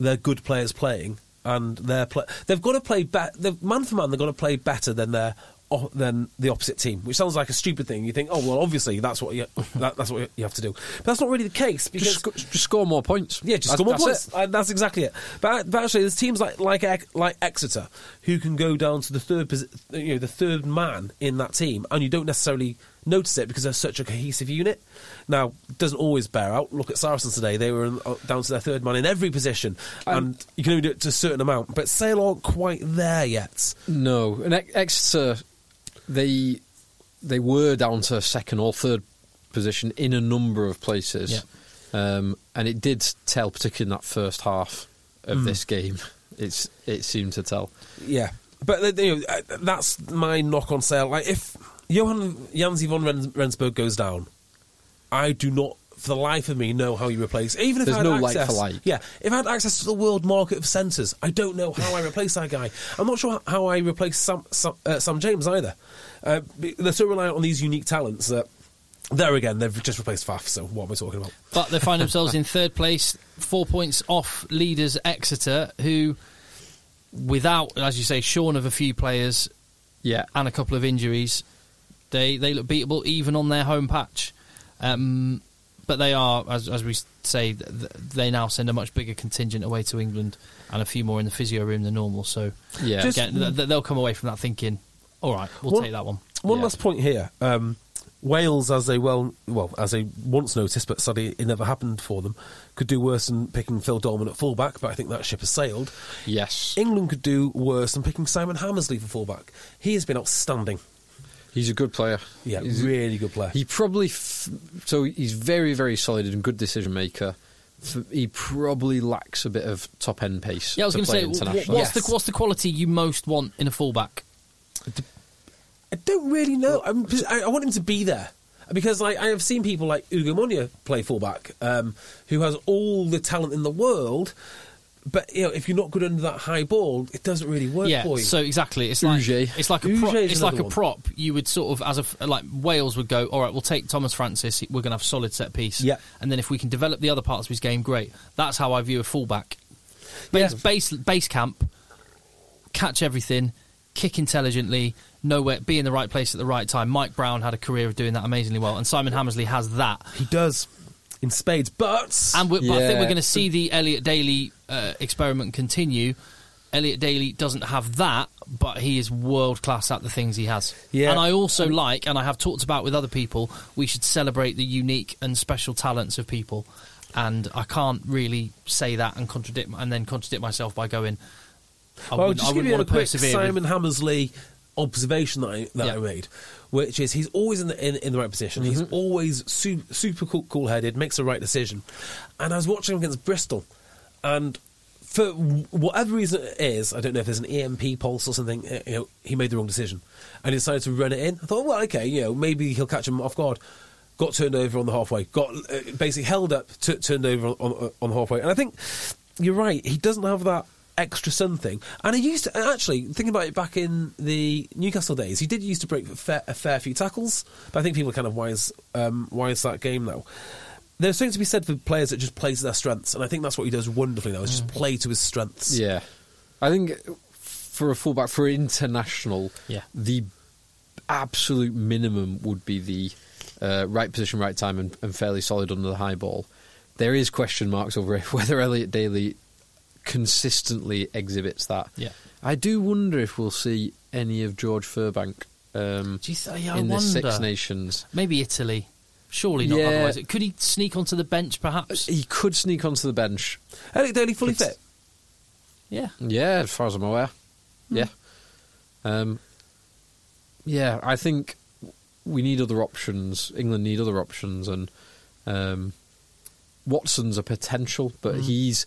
Speaker 4: their good players playing, and their play, they've got to play better. Man for man, they've got to play better than their o- than the opposite team, which sounds like a stupid thing. You think, oh well, obviously that's what you, [laughs] that, that's what you have to do, but that's not really the case because
Speaker 3: Just, sc- just score more points.
Speaker 4: Yeah, just
Speaker 3: That-
Speaker 4: score more
Speaker 3: that's
Speaker 4: points.
Speaker 3: it.
Speaker 4: Uh, that's exactly it. But, but actually, there's teams like like Ex- like Exeter who can go down to the third posi- you know the third man in that team, and you don't necessarily notice it because they're such a cohesive unit. Now, it doesn't always bear out. Look at Saracens today; they were in, uh, down to their third man in every position, and you can only do it to a certain amount. But Sale aren't quite there yet.
Speaker 3: No, and Ex- Exeter, they they were down to second or third position in a number of places, um, and it did tell, particularly in that first half of this game. It's it seemed to tell.
Speaker 4: Yeah, but uh, you know, uh, that's my knock on Sale. Like if Johan Janzi von Rens- Rensburg goes down, I do not, for the life of me, know how you replace. Even if
Speaker 3: There's
Speaker 4: I had
Speaker 3: no like
Speaker 4: access,
Speaker 3: for like.
Speaker 4: Yeah, if I had access to the world market of centres, I don't know
Speaker 3: [laughs]
Speaker 4: how I replace that guy. I'm not sure how I replace Sam Sam, uh, Sam James either. Uh, be- they're so reliant on these unique talents that. There again, they've just replaced Faf, so what am I talking about?
Speaker 2: But they find themselves in third place, four points off leaders Exeter, who, without as you say, shorn of a few players
Speaker 3: Yeah,
Speaker 2: and a couple of injuries, they they look beatable even on their home patch. Um, but they are, as, as we say, th- th- they now send a much bigger contingent away to England and a few more in the physio room than normal. So
Speaker 3: Yeah.
Speaker 4: Just-
Speaker 2: again, th- th- they'll come away from that thinking, all right, we'll take that one.
Speaker 4: One
Speaker 3: Yeah.
Speaker 4: last point here. Um, Wales, as they well, well, as they once noticed, but sadly it never happened for them, could do worse than picking Phil Dolman at fullback, but I think that ship has sailed.
Speaker 3: Yes.
Speaker 4: England could do worse than picking Simon Hammersley for fullback. He has been outstanding.
Speaker 3: He's a good player.
Speaker 4: Yeah,
Speaker 3: He's a-
Speaker 4: really good player.
Speaker 3: He probably f- so he's very very solid and good decision maker. F- He probably lacks a bit of top end pace.
Speaker 2: Yeah, I was
Speaker 3: to
Speaker 2: going to
Speaker 3: play
Speaker 2: say, wh- wh-
Speaker 3: internationally.
Speaker 2: what's, the, what's the quality you most want in a fullback?
Speaker 4: I don't really know. I'm, I, I want him to be there because like, I have seen people like Ugo Monia play fullback, um, who has all the talent in the world, but you know if you're not good under that high ball, it doesn't really work
Speaker 2: yeah,
Speaker 4: for you.
Speaker 2: so exactly, it's like
Speaker 3: Uge.
Speaker 2: it's like a
Speaker 4: Uge
Speaker 2: prop.
Speaker 4: is
Speaker 2: It's like
Speaker 4: another
Speaker 2: a
Speaker 4: one.
Speaker 2: prop. You would sort of as a f- like Wales would go. All right, we'll take Thomas Francis. We're going to have solid set piece.
Speaker 4: Yeah.
Speaker 2: and then if we can develop the other parts of his game, great. That's how I view a fullback. Base
Speaker 4: Yeah.
Speaker 2: base, base camp, catch everything, kick intelligently, nowhere, be in the right place at the right time. Mike Brown had a career of doing that amazingly well, and Simon Hammersley has that.
Speaker 4: he does in spades, but
Speaker 2: And we but I think
Speaker 3: Yeah.
Speaker 2: we're going to see the Elliot Daly uh, experiment continue. Elliot Daly doesn't have that, but he is world class at the things he has.
Speaker 4: Yeah.
Speaker 2: And I also like, and I have talked about with other people, we should celebrate the unique and special talents of people. And I can't really say that and contradict and then contradict myself by going. I
Speaker 4: Well, I'll
Speaker 2: wouldn't,
Speaker 4: just
Speaker 2: I
Speaker 4: give
Speaker 2: wouldn't
Speaker 4: you a
Speaker 2: want to
Speaker 4: quick
Speaker 2: persevere. with-
Speaker 4: Simon Hammersley observation that I, that
Speaker 2: Yeah. Mm-hmm.
Speaker 4: I made, which is he's always in the in, in the right position. He's always su- super cool, cool headed, makes the right decision. And I was watching him against Bristol, and for w- whatever reason it is, I don't know if there's an EMP pulse or something. uh, You know, he made the wrong decision, and he decided to run it in. I thought, well, okay, you know, maybe he'll catch him off guard. Got turned over on the halfway. Got uh, basically held up, tu- turned over on, on, uh, on the halfway. And I think you're right. He doesn't have that extra something. And he used to and actually thinking about it back in the Newcastle days. He did used to break a fair, a fair few tackles, but I think people are kind of wise um, wise that game now. There's something to be said for players that just play to their strengths, and I think that's what he does wonderfully now. Is just play to his strengths.
Speaker 3: Yeah, I think for a fullback for international,
Speaker 2: Yeah.
Speaker 3: the absolute minimum would be the uh, right position, right time, and, and fairly solid under the high ball. There is question marks over [laughs] whether Elliot Daly consistently exhibits that.
Speaker 2: Yeah.
Speaker 3: I do wonder if we'll see any of George Furbank um,
Speaker 2: Do you th- yeah, I
Speaker 3: in this Six
Speaker 2: wonder.
Speaker 3: Nations.
Speaker 2: Maybe Italy. Surely not.
Speaker 3: Yeah.
Speaker 2: Otherwise, could he sneak onto the bench? Perhaps.
Speaker 4: Uh,
Speaker 3: He could sneak onto the bench.
Speaker 4: Elliot Daly fully fit. [laughs]
Speaker 2: Yeah.
Speaker 3: Yeah, as far as I'm aware.
Speaker 2: Hmm.
Speaker 3: Yeah. Um, yeah, I think we need other options. England need other options, and um, Watson's a potential, but
Speaker 2: Hmm.
Speaker 3: he's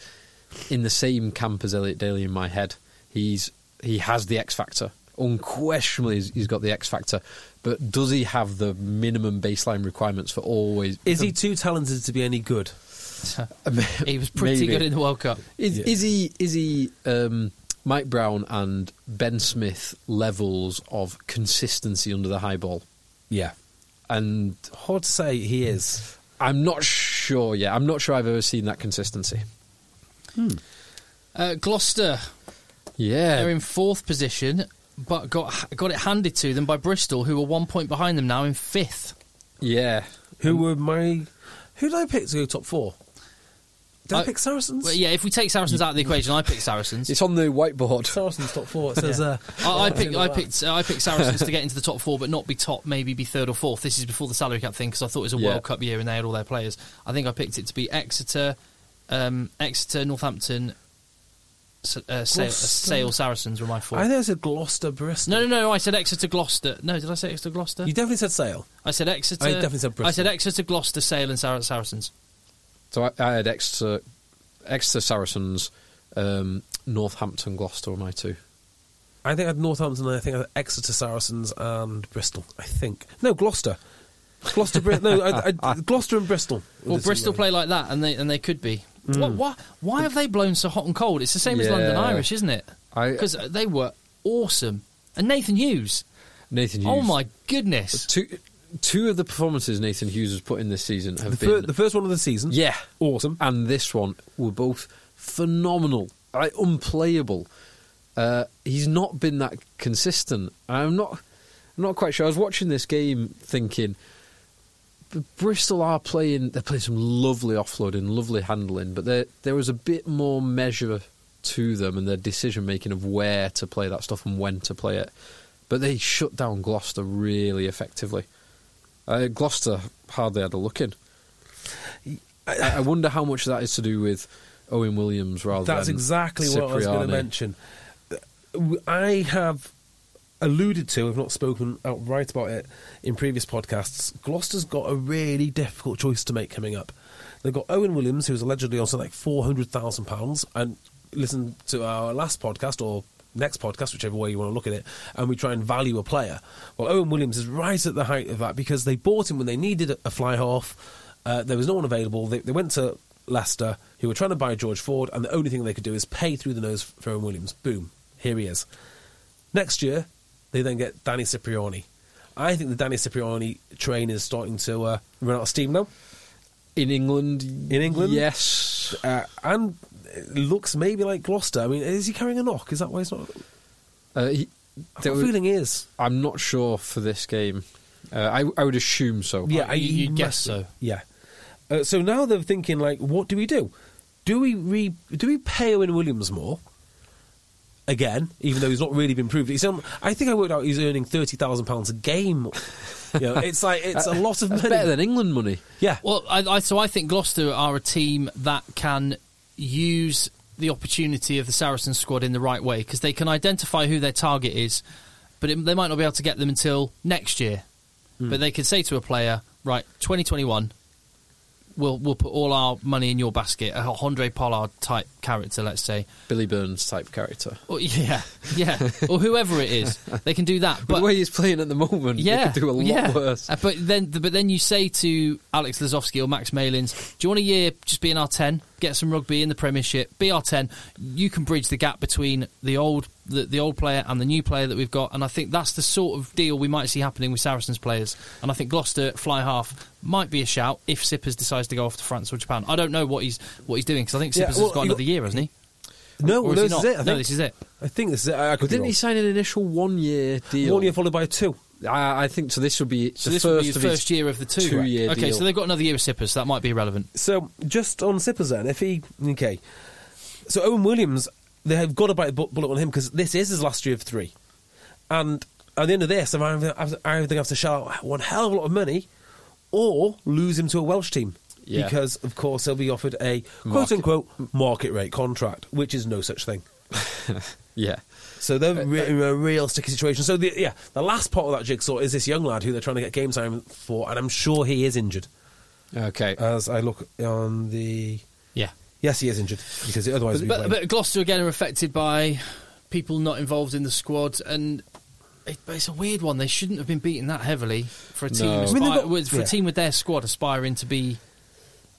Speaker 3: in the same camp as Elliot Daly in my head. He's he has the X factor. Unquestionably, he's- he's got the X factor, but does he have the minimum baseline requirements for always? [laughs]
Speaker 4: Is he too talented to be any good?
Speaker 2: he was pretty
Speaker 3: Maybe.
Speaker 2: good in the World Cup.
Speaker 3: Is,
Speaker 4: Yeah.
Speaker 3: is he is he um, Mike Brown and Ben Smith levels of consistency under the high ball?
Speaker 4: Yeah,
Speaker 3: And
Speaker 4: hard to say he is.
Speaker 3: I'm not sure. Yeah, I'm not sure I've ever seen that consistency.
Speaker 2: Uh, Gloucester
Speaker 4: Uh,
Speaker 2: They're
Speaker 3: Yeah,
Speaker 2: in fourth position, but got got it handed to them by Bristol, who are one point behind them now in fifth.
Speaker 3: yeah.
Speaker 4: Who were my? Who did I pick to go top four? Did I,
Speaker 2: I-
Speaker 4: pick Saracens?
Speaker 2: Well, yeah, if we take Saracens out of the equation, I picked Saracens.
Speaker 3: It's on the whiteboard.
Speaker 4: Saracens top four. It says uh,
Speaker 2: I, I picked.
Speaker 4: [laughs] something
Speaker 2: I
Speaker 4: like that.
Speaker 2: picked. Uh, I picked Saracens to get into the top four, but not be top. Maybe be third or fourth. This is before the salary cap thing because I thought it was a
Speaker 3: Yeah.
Speaker 2: World Cup year and they had all their players. I think I picked it to be Exeter, um, Exeter, Northampton, S- uh, Sale, uh,
Speaker 4: Gloucester.
Speaker 2: Sale Saracens were my four.
Speaker 4: I think I said Gloucester Bristol.
Speaker 2: no, no, no. I said Exeter, Gloucester. No, did I say Exeter, Gloucester?
Speaker 4: You definitely said Sale.
Speaker 2: I said Exeter.
Speaker 4: I definitely said
Speaker 2: I said
Speaker 4: Bristol.
Speaker 2: Exeter, Gloucester, Sale, and Sar- Saracens.
Speaker 3: So I, I had Exeter, Exeter Saracens, um, Northampton, Gloucester were my two.
Speaker 4: I think I had Northampton. and I think I had Exeter Saracens and Bristol. I think no Gloucester. Gloucester, Bri- no, I, I,
Speaker 2: [laughs]
Speaker 4: Gloucester and Bristol.
Speaker 2: Well, Bristol play like that, and they and they could be.
Speaker 4: Mm.
Speaker 2: What, why, why have they blown so hot and cold? It's the same as
Speaker 3: Yeah.
Speaker 2: London Irish, isn't it?
Speaker 3: I-
Speaker 2: Because they were awesome. And Nathan Hughes.
Speaker 3: Nathan Hughes.
Speaker 2: Oh my goodness!
Speaker 3: Two, two of the performances Nathan Hughes has put in this season have
Speaker 4: The,
Speaker 3: been
Speaker 4: fir- the first one of the season.
Speaker 3: Yeah,
Speaker 4: Awesome.
Speaker 3: And this one were both phenomenal, like unplayable. Uh, he's not been that consistent. I'm not, I'm not quite sure. I was watching this game thinking, Bristol are playing. They're playing some lovely offloading, lovely handling, but there there was a bit more measure to them and their decision making of where to play that stuff and when to play it. But they shut down Gloucester really effectively. Uh, Gloucester hardly had a look in. I, I wonder how much that is to do with Owen Williams rather
Speaker 4: That's
Speaker 3: than
Speaker 4: exactly what I was
Speaker 3: Cipriani.
Speaker 4: going to mention. W- I have alluded to, I've not spoken outright about it in previous podcasts. Gloucester's got a really difficult choice to make coming up. They've got Owen Williams, who's allegedly on something like four hundred thousand pounds, and listen to our last podcast or next podcast, whichever way you want to look at it, and we try and value a player. Well, Owen Williams is right at the height of that because they bought him when they needed a- a fly half. Uh, there was no one available. They, they went to Leicester, who were trying to buy George Ford, and the only thing they could do is pay through the nose for Owen Williams. Boom, here he is. Next year, they then get Danny Cipriani. I think the Danny Cipriani train is starting to uh, run out of steam now,
Speaker 3: in England.
Speaker 4: In England?
Speaker 3: yes.
Speaker 4: uh, and it looks maybe like Gloucester. I mean, is he carrying a knock? Is that why he's not?
Speaker 3: Uh, he,
Speaker 4: I've
Speaker 3: there
Speaker 4: got a
Speaker 3: was-
Speaker 4: feeling he is.
Speaker 3: I'm not sure for this game. Uh, I, I would assume so.
Speaker 4: Yeah,
Speaker 2: you-
Speaker 4: I-
Speaker 2: you'd
Speaker 4: Uh, he
Speaker 2: guess so.
Speaker 4: must- Yeah. Uh, so now they're thinking like, what do we do? Do we re- do we pay Owen Williams more? Again, even though he's not really been proved, he's on, I think I worked out he's earning thirty thousand pounds a game. You know, it's
Speaker 2: [laughs]
Speaker 4: like
Speaker 2: Uh,
Speaker 4: it's a lot of
Speaker 3: That's
Speaker 4: money.
Speaker 3: better than England money.
Speaker 4: yeah,
Speaker 2: Well, I, I, so I think Gloucester are a team that can use the opportunity of the Saracen squad in the right way because they can identify who their target is, but it, they might not be able to get them until next year.
Speaker 3: Hmm.
Speaker 2: But they can say to a player, right, 2021, we'll, we'll put all our money in your basket, a Andre Pollard type character, let's say.
Speaker 3: Billy Burns type character.
Speaker 2: Or, [laughs] yeah, yeah. or whoever it is. They can do that.
Speaker 3: [laughs] But
Speaker 2: But
Speaker 3: the way he's playing at the moment, he
Speaker 2: yeah,
Speaker 3: could do a lot
Speaker 2: yeah.
Speaker 3: worse.
Speaker 2: Uh, But then, but then you say to Alex Lazowski or Max Malins, "Do you want a year just being our ten? Get some rugby in the Premiership. Be our ten. You can bridge the gap between the old the, the old player and the new player that we've got. And I think that's the sort of deal we might see happening with Saracens players. And I think Gloucester fly half might be a shout if Sippers decides to go off to France or Japan. I don't know what he's what he's doing because I think Sippers
Speaker 4: Yeah,
Speaker 2: has
Speaker 4: well,
Speaker 2: got
Speaker 4: you-
Speaker 2: another year, hasn't he?
Speaker 3: Oh,
Speaker 4: no,
Speaker 2: Or
Speaker 4: no,
Speaker 2: is he
Speaker 4: this
Speaker 2: not?
Speaker 4: is it. I
Speaker 2: No,
Speaker 4: think.
Speaker 2: this is it.
Speaker 4: I think this is it. I, I could
Speaker 3: But didn't he sign an initial one year deal?
Speaker 4: one year followed by two?
Speaker 3: I, I think so. This would be
Speaker 2: So
Speaker 3: the
Speaker 2: this
Speaker 3: first
Speaker 2: would be the
Speaker 3: of
Speaker 2: first
Speaker 3: his
Speaker 2: year of the two.
Speaker 3: two year
Speaker 2: okay,
Speaker 3: deal.
Speaker 2: so they've got another year of Sippers. So that might be irrelevant.
Speaker 4: So just on Sippers then, if he okay, so Owen Williams, they have got to bite a bu- bullet on him because this is his last year of three, and at the end of this, I'm either I either going to have to shell out one hell of a lot of money, or lose him to a Welsh team.
Speaker 3: Yeah.
Speaker 4: Because of course he'll be offered a quote
Speaker 3: Market-
Speaker 4: unquote market rate contract, which is no such thing.
Speaker 3: yeah.
Speaker 4: So they're
Speaker 3: Uh,
Speaker 4: re- in a real sticky situation. So the, yeah, the last part of that jigsaw is this young lad who they're trying to get game time for, and I'm sure he is injured.
Speaker 3: Okay.
Speaker 2: Uh,
Speaker 4: As I look on the
Speaker 2: Yeah.
Speaker 4: Yes, he is injured because otherwise
Speaker 2: But, but, but Gloucester again are affected by people not involved in the squad, and it, but it's a weird one. They shouldn't have been beaten that heavily for a team
Speaker 3: No. I
Speaker 2: aspi-
Speaker 4: mean, they've got-
Speaker 2: with, for
Speaker 4: yeah.
Speaker 2: a team with their squad aspiring to be.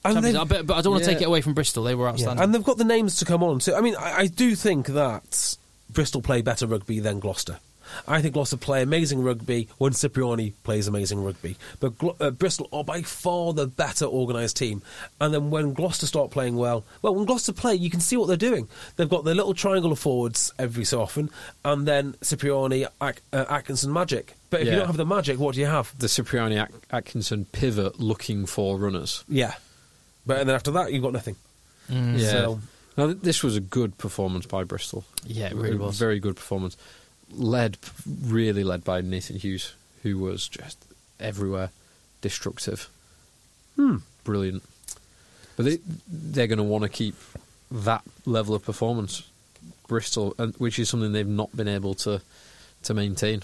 Speaker 2: champions. I bet- but I don't want to take
Speaker 3: Yeah.
Speaker 2: it away from Bristol. They were outstanding.
Speaker 4: and they've got the names to come on. So I mean, I, I do think that Bristol play better rugby than Gloucester. I think Gloucester play amazing rugby when Cipriani plays amazing rugby. But Glo- uh, Bristol are by far the better organised team. And then when Gloucester start playing well, well, when Gloucester play, you can see what they're doing. They've got their little triangle of forwards every so often, and then Cipriani, Ac- uh, Atkinson, Magic. But if
Speaker 3: Yeah.
Speaker 4: you don't have the Magic, what do you have?
Speaker 3: the Cipriani At- Atkinson pivot looking for runners.
Speaker 4: Yeah. But and then after that, you've got nothing.
Speaker 2: Mm.
Speaker 3: Yeah.
Speaker 4: So-
Speaker 3: Now th- this was a good performance by Bristol.
Speaker 2: Yeah, it really
Speaker 3: A
Speaker 2: was.
Speaker 3: Very good performance. Led, really led by Nathan Hughes, who was just everywhere, destructive.
Speaker 4: Hmm.
Speaker 3: Brilliant. But they they're going to want to keep that level of performance, Bristol, and which is something they've not been able to to maintain.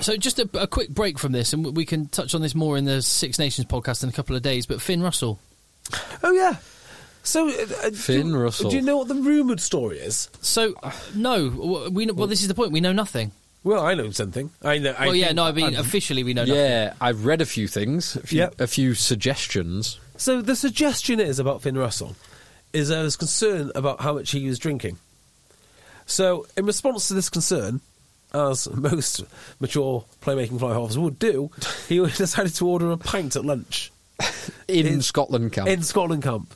Speaker 2: So just a, a quick break from this, and we can touch on this more in the Six Nations podcast in a couple of days. But Finn Russell,
Speaker 4: Oh yeah. So uh, uh, do-
Speaker 3: Finn Russell.
Speaker 4: Do you know what the rumored story is?
Speaker 2: so no, w- we know- well this is the point. We know nothing.
Speaker 4: Well, I know something. I know. I
Speaker 2: well, yeah,
Speaker 4: think-
Speaker 2: no, I mean
Speaker 4: I'm-
Speaker 2: officially we know nothing.
Speaker 3: Yeah, I've read a few things, a few,
Speaker 4: Yep.
Speaker 3: a few suggestions.
Speaker 2: uh,
Speaker 4: So the suggestion is about Finn Russell is there was concern about how much he was drinking. So in response to this concern, as most mature playmaking fly halves would do, he [laughs] decided to order a pint at lunch.
Speaker 3: In, Scotland camp.
Speaker 4: In Scotland camp.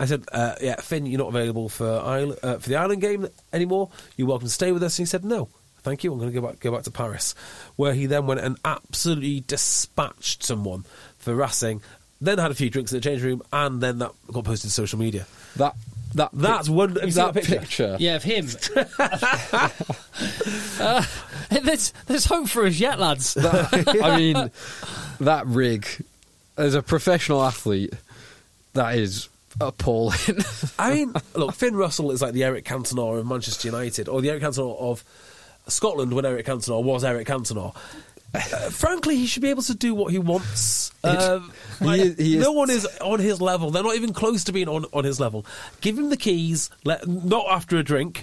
Speaker 4: I said, uh, yeah, Finn, you're not available for Isle uh, for the Ireland game anymore. You're welcome to stay with us. And he said, no, thank you. I'm going to go back, go back to Paris, where he then went and absolutely dispatched someone for rassing. Then had a few drinks in the change room, and then that got posted to social media.
Speaker 3: that that
Speaker 4: That's one- have you seen
Speaker 3: that
Speaker 4: that picture?
Speaker 3: picture.
Speaker 2: Yeah, of [laughs] him. Uh, [laughs] there's there's hope for us yet, lads.
Speaker 3: That- [laughs] I mean, that rig as a professional athlete, that is appalling. [laughs]
Speaker 4: I mean, [laughs] look, Finn Russell is like the Eric Cantona of Manchester United, or the Eric Cantona of Scotland when Eric Cantona was Eric Cantona. Uh, frankly, he should be able to do what he wants. Um,
Speaker 3: He
Speaker 4: like,
Speaker 3: is- he is-
Speaker 4: no one is on his level. They're not even close to being on, on his level. Give him the keys, let, not after
Speaker 3: [laughs]
Speaker 4: a drink,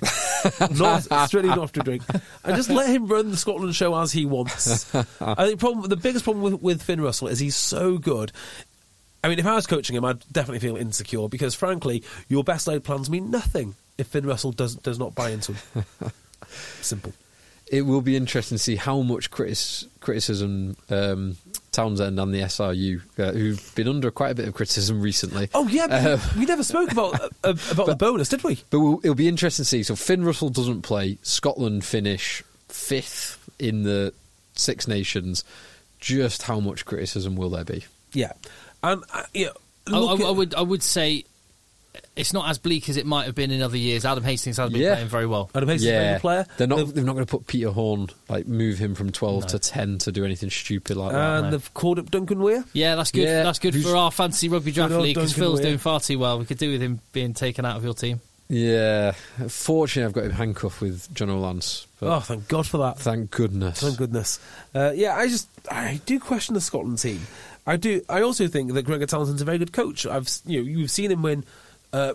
Speaker 4: not strictly not after a drink, and just let him run the Scotland show as he wants. I think problem, the biggest problem with, with Finn Russell is he's so good. I mean, if I was coaching him, I'd definitely feel insecure because, frankly, your best laid plans mean nothing if Finn Russell does does not buy into
Speaker 3: [laughs]
Speaker 4: them. Simple.
Speaker 3: it will be interesting to see how much critis- criticism um, Townsend and the SRU, uh, who've been under quite a bit of criticism recently.
Speaker 4: Oh yeah, but
Speaker 3: Uh,
Speaker 4: we never spoke about uh, about the bonus, did we?
Speaker 3: But we'll, it'll be interesting to see. So Finn Russell doesn't play. Scotland finish fifth in the Six Nations. Just how much criticism will there be?
Speaker 4: Yeah, and uh, yeah,
Speaker 2: I,
Speaker 4: look
Speaker 2: I-
Speaker 4: at-
Speaker 2: I would I would say it's not as bleak as it might have been in other years. Adam Hastings has been
Speaker 3: Yeah.
Speaker 2: playing very well.
Speaker 4: Adam Hastings being the player.
Speaker 3: they're not.
Speaker 4: They've-
Speaker 3: They're not going to put Peter Horn like move him from twelve to ten to do anything stupid like that.
Speaker 4: and uh, they've called up Duncan Weir.
Speaker 2: Yeah, that's good.
Speaker 3: Yeah.
Speaker 2: that's good
Speaker 3: Who's-
Speaker 2: for our fancy rugby draft
Speaker 4: Good old
Speaker 2: league because
Speaker 4: Duncan
Speaker 2: Phil's
Speaker 4: Weir.
Speaker 2: doing far too well. We could do with him being taken out of your team.
Speaker 3: Yeah, fortunately, I've got him handcuffed with John O'Lance. But
Speaker 4: Oh, thank God for that.
Speaker 3: thank goodness.
Speaker 4: Thank goodness. Uh, yeah, I just I do question the Scotland team. I do. I also think that Gregor Townsend's a very good coach. I've s- you know you've seen him win. Uh,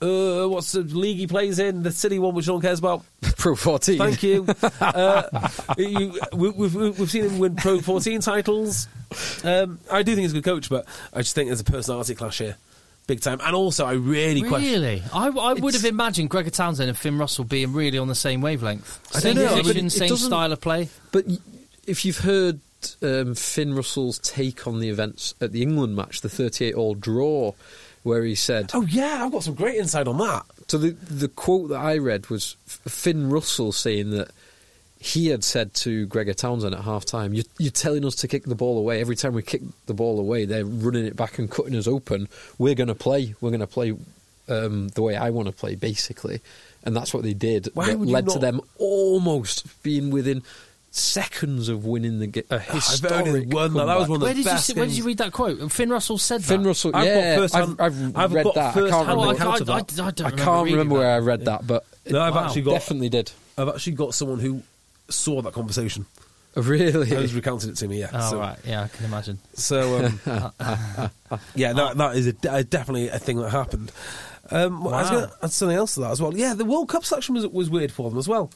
Speaker 4: uh, what's the league he plays in? The city one, which no one
Speaker 3: [laughs]
Speaker 4: cares about.
Speaker 3: Pro fourteen.
Speaker 4: Thank you. uh, you we, we've, we've seen him win Pro 14 titles. Um, I do think he's a good coach, but I just think there's a personality clash here, big time. And also, I really, question.
Speaker 2: Really, I, I would
Speaker 4: It's-
Speaker 2: have imagined Gregor Townsend and Finn Russell being really on the same wavelength.
Speaker 4: I
Speaker 2: Same
Speaker 4: don't know, but
Speaker 2: position,
Speaker 4: it- it
Speaker 2: same
Speaker 4: doesn't-
Speaker 2: style of play.
Speaker 3: But y- if you've heard um, Finn Russell's take on the events at the England match, the 38 all draw, where he said,
Speaker 4: Oh yeah, I've got some great insight on that.
Speaker 3: so the, the quote that I read was F- Finn Russell saying that he had said to Gregor Townsend at half time, you're, you're telling us to kick the ball away. Every time we kick the ball away, they're running it back and cutting us open. We're going to play. We're going to play um, the way I want to play, basically. And that's what they did.
Speaker 4: Why
Speaker 3: that
Speaker 4: would you
Speaker 3: led to
Speaker 4: not-
Speaker 3: them almost being within seconds of winning the game. A historic
Speaker 4: only won that. That was
Speaker 3: comeback.
Speaker 4: one of the
Speaker 2: Where did you
Speaker 4: best
Speaker 2: see, where did you
Speaker 4: things-
Speaker 2: read that quote? And Finn Russell said
Speaker 3: Finn
Speaker 2: that.
Speaker 3: Russell.
Speaker 4: I've got
Speaker 3: yeah,
Speaker 4: first-hand-
Speaker 3: I've, I've,
Speaker 4: I've
Speaker 3: read
Speaker 4: got
Speaker 3: that. I
Speaker 4: first-hand
Speaker 3: can't
Speaker 2: Oh, I,
Speaker 3: remember.
Speaker 4: account
Speaker 3: I,
Speaker 4: of
Speaker 2: I, I, I
Speaker 4: that.
Speaker 2: don't remember
Speaker 3: can't
Speaker 2: reading
Speaker 3: remember where
Speaker 2: that.
Speaker 3: I read that, but
Speaker 4: No, I've
Speaker 3: it
Speaker 4: actually got.
Speaker 3: definitely did. [laughs]
Speaker 4: I've actually got someone who saw that conversation. Who's
Speaker 3: Really,
Speaker 4: recounted it to me? Yeah.
Speaker 2: Oh,
Speaker 4: so,
Speaker 2: right. Yeah, I can imagine.
Speaker 4: So, um,
Speaker 2: [laughs]
Speaker 4: yeah, that, that is a, de- definitely a thing that happened. Um, I
Speaker 2: Wow.
Speaker 4: was going to add something else to that as well. Yeah, the World Cup selection was, was weird for them as well.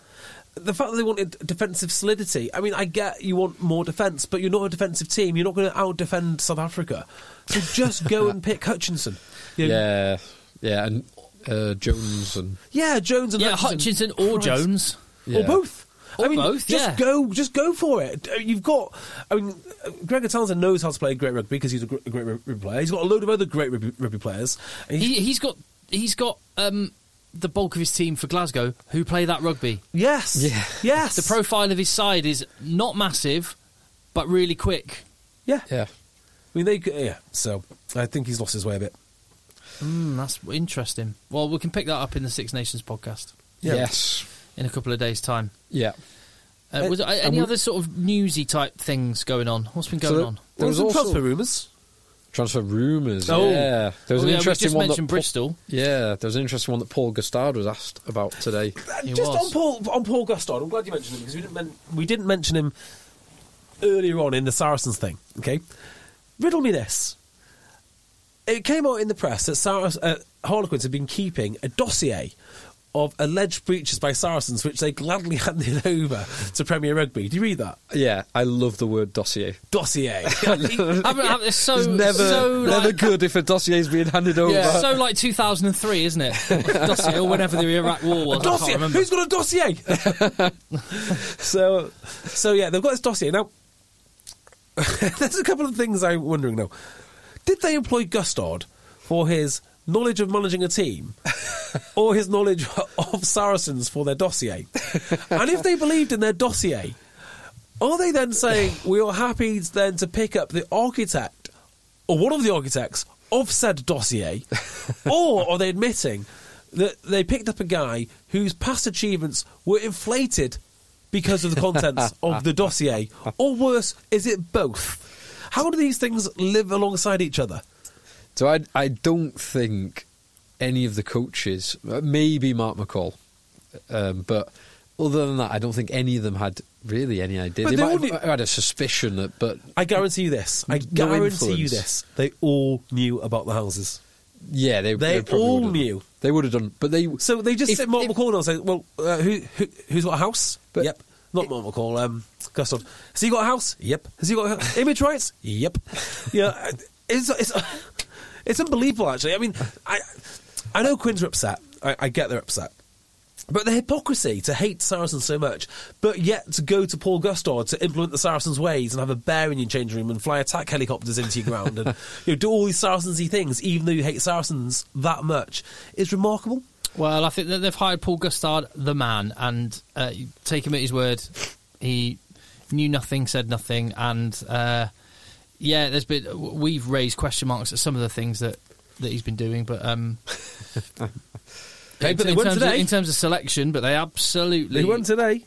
Speaker 4: The fact that they wanted defensive solidity. I mean, I get you want more defence, but you're not a defensive team. You're not going to out defend South Africa. So just go
Speaker 2: [laughs]
Speaker 4: and pick Hutchinson. You know,
Speaker 3: yeah, yeah, and uh, Jones and
Speaker 4: Yeah, Jones and
Speaker 2: Yeah, Hutchinson or
Speaker 4: Christ.
Speaker 2: Jones.
Speaker 4: or
Speaker 3: Yeah.
Speaker 4: both. I
Speaker 2: Or
Speaker 4: mean,
Speaker 2: both,
Speaker 4: just
Speaker 2: yeah.
Speaker 4: go, just go for it. Uh, You've got, I mean, uh, Gregor Townsend knows how to play great rugby because he's a gr- a great rug- rugby player. He's got a load of other great rugby, rugby players. And he's-
Speaker 2: He, he's got he's got um, the bulk of his team for Glasgow who play that rugby.
Speaker 4: yes,
Speaker 3: Yeah.
Speaker 4: yes,
Speaker 2: The profile of his side is not massive, but really quick.
Speaker 4: yeah.
Speaker 3: yeah.
Speaker 4: I mean, they, g- yeah. So I think he's lost his way a bit.
Speaker 2: Mm, that's interesting. Well, we can pick that up in the Six Nations podcast
Speaker 4: Yeah.
Speaker 3: Yes,
Speaker 2: in a couple of days' time.
Speaker 3: yeah.
Speaker 2: Uh, was there a- any other sort of newsy type things going on? What's been going
Speaker 3: there-
Speaker 2: on?
Speaker 3: There was
Speaker 4: some
Speaker 3: also-
Speaker 4: transfer rumours.
Speaker 3: Transfer rumours.
Speaker 4: Oh.
Speaker 3: Yeah. There
Speaker 2: Oh,
Speaker 3: was an
Speaker 2: yeah, we
Speaker 3: interesting
Speaker 2: just
Speaker 3: one that
Speaker 2: mentioned
Speaker 3: Paul-
Speaker 2: Bristol.
Speaker 3: yeah, there was an interesting one that Paul Gustard was asked about today.
Speaker 2: He
Speaker 4: Just
Speaker 2: was.
Speaker 4: on Paul on Paul Gustard, I'm glad you mentioned him because we didn't men- we didn't mention him earlier on in the Saracens thing. Okay, riddle me this. It came out in the press that Sar- uh, Harlequins had been keeping a dossier of alleged breaches by Saracens, which they gladly [laughs] handed over to Premier Rugby. Do you read that
Speaker 3: Yeah, I love the word dossier.
Speaker 2: [laughs]
Speaker 4: dossier?
Speaker 2: I mean, it's so
Speaker 3: it's never,
Speaker 2: so
Speaker 3: never
Speaker 2: like,
Speaker 3: good if a dossier's being handed over.
Speaker 2: Yeah, so like 2003, isn't it? Dossier, or whenever the Iraq War was. I can't
Speaker 4: dossier.
Speaker 2: remember.
Speaker 4: Who's got a dossier?
Speaker 2: [laughs]
Speaker 4: so, so yeah, they've got this dossier now. [laughs] there's a couple of things I'm wondering now. Did they employ Gustard for his knowledge of managing
Speaker 2: [laughs]
Speaker 4: a team, or his knowledge of Saracens for their dossier? and if they believed in their dossier, are they then saying we are happy then to pick up the architect or one of the architects of said
Speaker 3: [laughs]
Speaker 4: dossier, or are they admitting that they picked up a guy whose past achievements were inflated because of the contents of the dossier, or worse, is it both? How do these things live alongside each other?
Speaker 3: So I, I don't think any of the coaches, uh, maybe Mark McCall, um, but other than that, I don't think any of them had really any idea.
Speaker 4: But
Speaker 3: They
Speaker 4: they
Speaker 3: might
Speaker 4: only-
Speaker 3: have had a suspicion that, but
Speaker 4: I guarantee you this. I
Speaker 3: No
Speaker 4: guarantee you
Speaker 3: influence.
Speaker 4: this. They all knew about the houses.
Speaker 3: yeah, they
Speaker 4: They
Speaker 3: probably
Speaker 4: all
Speaker 3: would have-
Speaker 4: knew.
Speaker 3: They would have done, but they
Speaker 4: So they just
Speaker 3: if-
Speaker 4: sit Mark
Speaker 3: if-
Speaker 4: McCall and I'll say, well, uh, who, who, who's got a house?
Speaker 3: But-
Speaker 4: yep. Not Mark McCall, um, Gustard. Has he got a house? Yep. Has he got a, image rights?
Speaker 3: [laughs]
Speaker 4: Yep. Yeah, uh, it's, it's, it's unbelievable, actually. I mean, I, I know Quinn's are upset. I, I get they're upset. But the hypocrisy to hate Saracens so much, but yet to go to Paul Gustard to implement the Saracens' ways and have a bear in your changing room and fly attack helicopters into your ground and [laughs] you know, do all these Saracens-y things, even though you hate Saracens that much, is remarkable.
Speaker 2: Well, I think that they've hired Paul Gustard, the man, and uh, you take him at his word. He knew nothing, said nothing, and uh, yeah, there's been we've raised question marks at some of the things that, that he's been doing, but um,
Speaker 4: [laughs] Hey,
Speaker 2: in,
Speaker 4: but they
Speaker 2: in
Speaker 4: won
Speaker 2: terms
Speaker 4: today.
Speaker 2: Of, in terms of selection, but they absolutely
Speaker 4: They won today.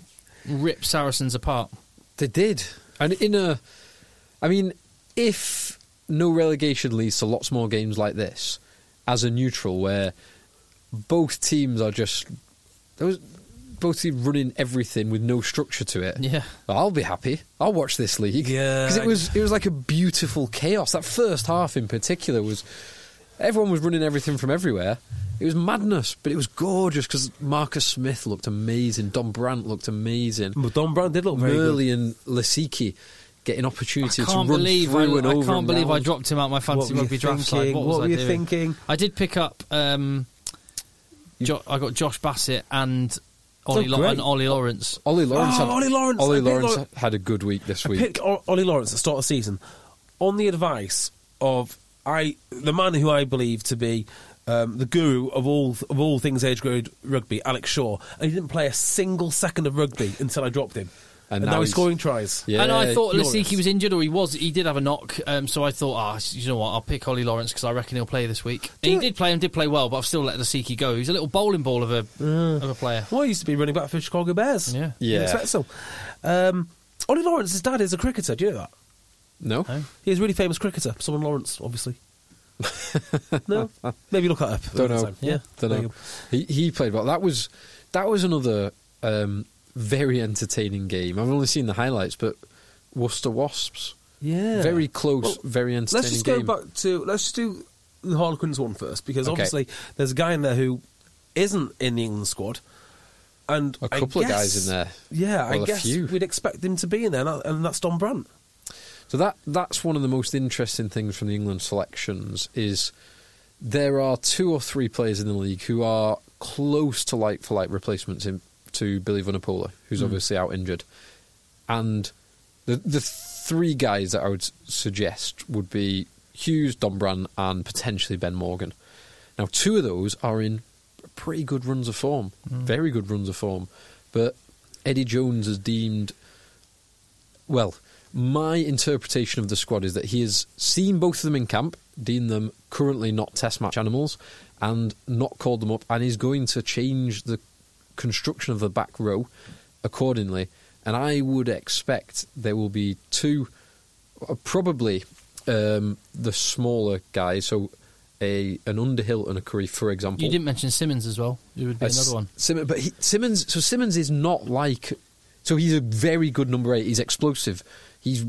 Speaker 2: rip Saracens apart.
Speaker 3: They did, and in a, I mean, if no relegation leads to lots more games like this, as a neutral where both teams are just those both teams running everything with no structure to it.
Speaker 2: Yeah.
Speaker 3: I'll be happy. I'll watch this league.
Speaker 4: Yeah.
Speaker 3: because it was it was like a beautiful chaos. That first half in particular was. Everyone was running everything from everywhere. It was madness, but it was gorgeous because Marcus Smith looked amazing. Don Brandt looked amazing.
Speaker 4: But Don Brown did look very
Speaker 3: Murley and Lasiki getting opportunities
Speaker 2: I
Speaker 3: to
Speaker 2: can't
Speaker 3: run
Speaker 2: believe I,
Speaker 3: through and
Speaker 2: I
Speaker 3: over.
Speaker 2: can't
Speaker 3: and
Speaker 2: believe I
Speaker 3: round.
Speaker 2: dropped him out my
Speaker 4: What
Speaker 2: fantasy
Speaker 4: were you
Speaker 2: rugby draft side.
Speaker 4: thinking?
Speaker 2: What, was
Speaker 4: What
Speaker 2: I
Speaker 4: were you
Speaker 2: doing?
Speaker 4: thinking?
Speaker 2: I did pick up. Um, jo- I got Josh Bassett and Ollie,
Speaker 4: Oh,
Speaker 2: Lo-
Speaker 4: great.
Speaker 2: and Ollie Lawrence.
Speaker 3: Ollie Lawrence.
Speaker 4: Oh,
Speaker 3: had,
Speaker 4: Ollie Lawrence.
Speaker 3: Ollie
Speaker 4: I picked
Speaker 3: Lawrence
Speaker 4: Law-
Speaker 3: had a good week this
Speaker 4: good.
Speaker 3: week.
Speaker 4: Pick O- Ollie Lawrence at the start of the season on the advice of I, the man who I believe to be um, the guru of all of all things age grade rugby, Alex Shaw, and he didn't play a single second of rugby until I dropped him,
Speaker 3: And
Speaker 4: and,
Speaker 3: now
Speaker 4: now he's
Speaker 3: he's-
Speaker 4: scoring tries.
Speaker 3: Yeah,
Speaker 2: and I thought
Speaker 4: Lawrence.
Speaker 2: Lasiki was injured, or he was. He did have a knock, um, so I thought, ah, you know what? I'll pick Ollie Lawrence because I reckon he'll play this week. And he
Speaker 4: you-
Speaker 2: did play and did play well, but I've still let Lasiki go. He's a little bowling ball of a of a player.
Speaker 4: Well, he used to be running back for Chicago Bears.
Speaker 2: Yeah.
Speaker 4: You'd
Speaker 3: Yeah.
Speaker 4: expect so. Um, Ollie Lawrence's dad is a cricketer. Do you know that?
Speaker 3: No,
Speaker 4: He's a really famous cricketer. Someone Lawrence,
Speaker 3: [laughs]
Speaker 4: obviously. no, maybe look that up.
Speaker 3: don't
Speaker 4: Another
Speaker 3: know.
Speaker 4: time. Yeah,
Speaker 3: don't
Speaker 4: There you
Speaker 3: know.
Speaker 4: go.
Speaker 3: He he played well. That was that was another um, very entertaining game. I've only seen the highlights, but Worcester Wasps.
Speaker 4: Yeah.
Speaker 3: Very close, very entertaining
Speaker 4: Let's just
Speaker 3: game.
Speaker 4: go back to let's just do the Harlequins one first because
Speaker 3: Okay.
Speaker 4: obviously there's a guy in there who isn't in the England squad, and
Speaker 3: A
Speaker 4: I
Speaker 3: couple of guys
Speaker 4: guess-
Speaker 3: in there.
Speaker 4: Yeah,
Speaker 3: Well,
Speaker 4: I
Speaker 3: a
Speaker 4: guess
Speaker 3: few.
Speaker 4: we'd expect him to be in there, and that- and that's Don Brandt.
Speaker 3: So that that's one of the most interesting things from the England selections is there are two or three players in the league who are close to like for like replacements in, to Billy Vanapola, who's obviously out injured, and the the three guys that I would s- suggest would be Hughes, Dombran, and potentially Ben Morgan. Now, two of those are in pretty good runs of form, very good runs of form, but Eddie Jones has deemed well, my interpretation of the squad is that he has seen both of them in camp, deemed them currently not test match animals, and not called them up, and is going to change the construction of the back row accordingly and I would expect there will be two, uh, probably um, the smaller guys. So a an Underhill and a Curry, for example.
Speaker 2: You didn't mention Simmons as well. It would be
Speaker 3: Uh,
Speaker 2: another one.
Speaker 3: Sim- but he, Simmons, so Simmons is not like, so he's a very good number eight. He's explosive. He's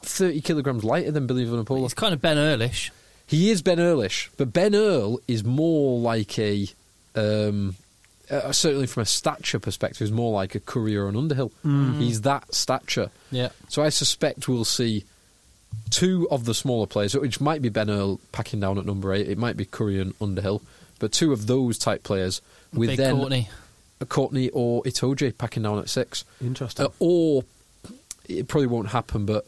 Speaker 3: thirty kilograms lighter than Billy Vanapola.
Speaker 2: It's kind of Ben Earlish.
Speaker 3: He is Ben Earlish, but Ben Earl is more like a, um, uh, certainly from a stature perspective, is more like a Curry or an Underhill. He's that stature.
Speaker 2: Mm. Yeah.
Speaker 3: So I suspect we'll see two of the smaller players, which might be Ben Earl packing down at number eight. It might be Curry and Underhill, but two of those type players with
Speaker 2: Big
Speaker 3: then
Speaker 2: Courtney.
Speaker 3: Courtney or Itoje packing down at six.
Speaker 4: Interesting.
Speaker 3: Uh, or it probably won't happen, but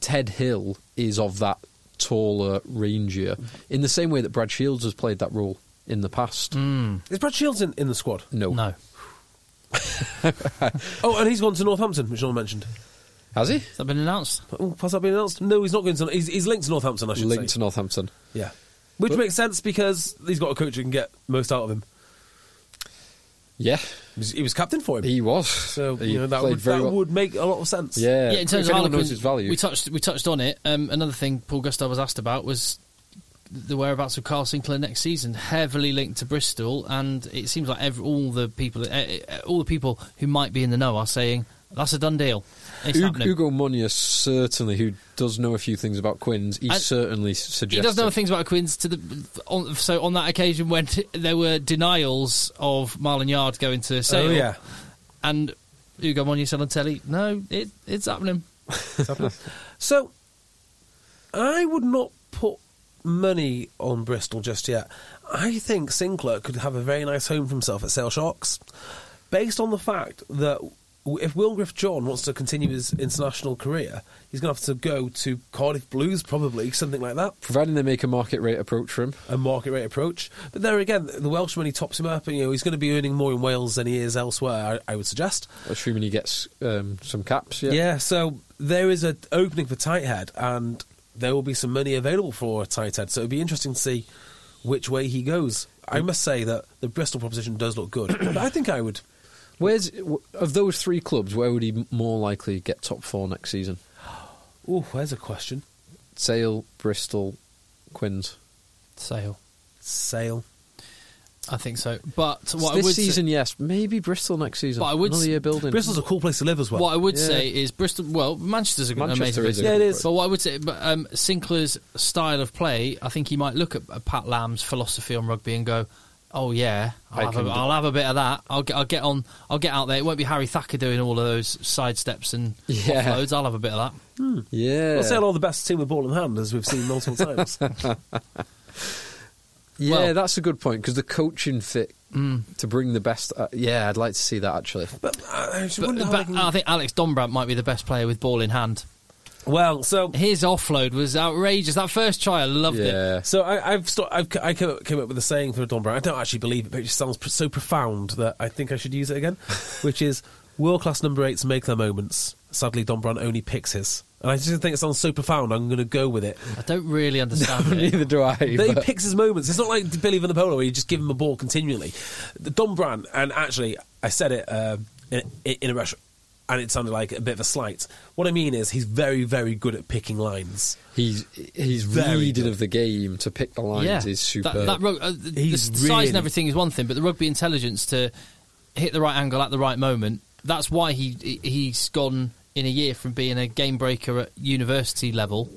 Speaker 3: Ted Hill is of that taller, rangier, in the same way that Brad Shields has played that role in the past.
Speaker 4: Is Brad Shields in, in
Speaker 3: [laughs]
Speaker 4: the squad?
Speaker 3: No.
Speaker 2: No.
Speaker 4: Oh, and he's gone to Northampton, which Sean mentioned.
Speaker 3: Has he?
Speaker 2: Has that been announced?
Speaker 4: Oh, has that been announced? No, he's not going to. He's, he's linked to Northampton, I should
Speaker 3: Linked
Speaker 4: say.
Speaker 3: to Northampton.
Speaker 4: yeah, which
Speaker 3: But-
Speaker 4: makes sense because he's got a coach who can get most out of him.
Speaker 3: Yeah,
Speaker 4: He was, he was captain for him,
Speaker 3: he was.
Speaker 4: so
Speaker 3: He
Speaker 4: you know that,
Speaker 3: played
Speaker 4: would,
Speaker 3: very
Speaker 4: that
Speaker 3: well.
Speaker 4: would make a lot of sense.
Speaker 3: Yeah.
Speaker 2: yeah, in terms
Speaker 3: if
Speaker 2: of
Speaker 3: anyone
Speaker 2: Harlequin,
Speaker 3: knows his value,
Speaker 2: we touched we touched on it. Um, another thing Paul Gustav was asked about was the whereabouts of Carl Sinclair next season, heavily linked to Bristol, and it seems like every, all the people eh, eh, eh, all the people who might be in the know are saying that's a done deal. It's
Speaker 3: U-
Speaker 2: happening.
Speaker 3: Ugo Munoz certainly, who does know a few things about Quinns, he
Speaker 2: And-
Speaker 3: certainly suggested.
Speaker 2: He does know things about Quinns. To the on, so on that occasion when [laughs] t- there were denials of Marlon Yard going to
Speaker 4: Oh
Speaker 2: Sale,
Speaker 4: yeah,
Speaker 2: and Ugo Monya said on telly, "No, it, it's happening."
Speaker 4: So, I would not put money on Bristol just yet. I think Sinclair could have a very nice home for himself at Sale Sharks, based on the fact that w- if Will Griff John wants to continue his international career, he's going to have to go to Cardiff Blues, probably something like that,
Speaker 3: Providing they make a market rate approach for him.
Speaker 4: a market rate approach. But there again, the Welsh when he tops him up, you know, he's going to be earning more in Wales than he is elsewhere. I, I would suggest.
Speaker 3: Assuming he gets um, some caps, yeah.
Speaker 4: Yeah, so there is an opening for tight head, and there will be some money available for a tight head. So it'll be interesting to see which way he goes. I must say that the Bristol proposition does look good, but I think I would.
Speaker 3: Where's w- of those three clubs? Where would he m- more likely get top four next season?
Speaker 4: Oh, where's a question?
Speaker 3: Sale, Bristol, Quins.
Speaker 2: Sale,
Speaker 4: Sale.
Speaker 2: I think so. But what I
Speaker 3: this
Speaker 2: would say-
Speaker 3: season, yes, maybe Bristol next season.
Speaker 2: But I would
Speaker 3: another
Speaker 2: s-
Speaker 3: year building.
Speaker 4: Bristol's a cool place to live as well.
Speaker 2: What I would
Speaker 3: Yeah.
Speaker 2: say is Bristol. Well, Manchester's a good,
Speaker 3: Manchester
Speaker 2: amazing
Speaker 3: is
Speaker 2: place.
Speaker 3: a good Yeah, it place. is.
Speaker 2: But what I would say, but um, Sinclair's style of play, I think he might look at uh, Pat Lamb's philosophy on rugby and go, "Oh yeah,
Speaker 3: I
Speaker 2: I'll, have
Speaker 3: can
Speaker 2: a,
Speaker 3: do-
Speaker 2: I'll have a bit of that. I'll get, I'll get on. I'll get out there. It won't be Harry Thacker doing all of those side steps and
Speaker 3: Yeah.
Speaker 2: offloads. I'll have a bit of that.
Speaker 3: yeah,
Speaker 4: Well, Sale are the best team with ball in hand, as we've
Speaker 2: [laughs]
Speaker 4: seen multiple times.
Speaker 3: yeah,
Speaker 2: well- Mm.
Speaker 3: that's a good point because the coaching fit to bring the best. Uh, yeah, I'd like to see that actually.
Speaker 4: but uh, I just
Speaker 2: But,
Speaker 4: wonder how
Speaker 2: but uh,
Speaker 4: they can-
Speaker 2: I think Alex Dombrandt might be the best player with ball in hand.
Speaker 4: well, so
Speaker 2: His offload was outrageous. That first try, I loved it.
Speaker 3: yeah,
Speaker 4: So I, I've, sto- I've c- I came up, came up with a saying for Don Brown. I don't actually believe it, but it just sounds pr- so profound that I think I should use
Speaker 3: [laughs]
Speaker 4: it again, which is world class number eights make their moments. Sadly, Don Brown only picks his, and I just think it sounds so profound. I'm going to go with it.
Speaker 2: I don't really understand it.
Speaker 3: neither do [laughs] I.
Speaker 4: They
Speaker 3: but-
Speaker 4: picks his moments. It's not like Billy Vanapola where you just give him a ball continually. The Don Brand, and actually, I said it uh, in, in a rush, and it sounded like a bit of a slight. What I mean is, he's very, very good at picking lines.
Speaker 3: he's he's
Speaker 4: Very
Speaker 3: reading
Speaker 4: good.
Speaker 3: of the game to pick the lines is super.
Speaker 2: That, that rug- uh, the, the
Speaker 4: He's
Speaker 2: size
Speaker 4: really-
Speaker 2: and everything is one thing, but the rugby intelligence to hit the right angle at the right moment. That's why he he- he's gone in a year from being a game breaker at university level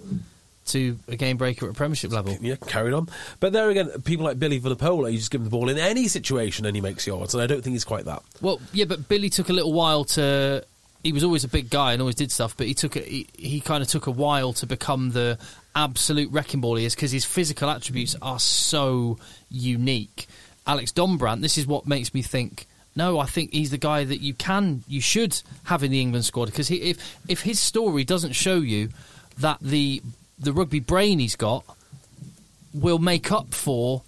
Speaker 2: to a game breaker at Premiership level.
Speaker 4: yeah, carried on. But there again, people like Billy Vanapola, you just give him the ball in any situation and he makes yards. And I don't think he's quite that.
Speaker 2: Well, yeah, but Billy took a little while to. He was always a big guy and always did stuff, but he took a, he, he kind of took a while to become the absolute wrecking ball he is because his physical attributes are so unique. Alex Dombrandt, this is what makes me think. No, I think he's the guy that you can, you should have in the England squad because if if his story doesn't show you that the the rugby brain he's got will make up for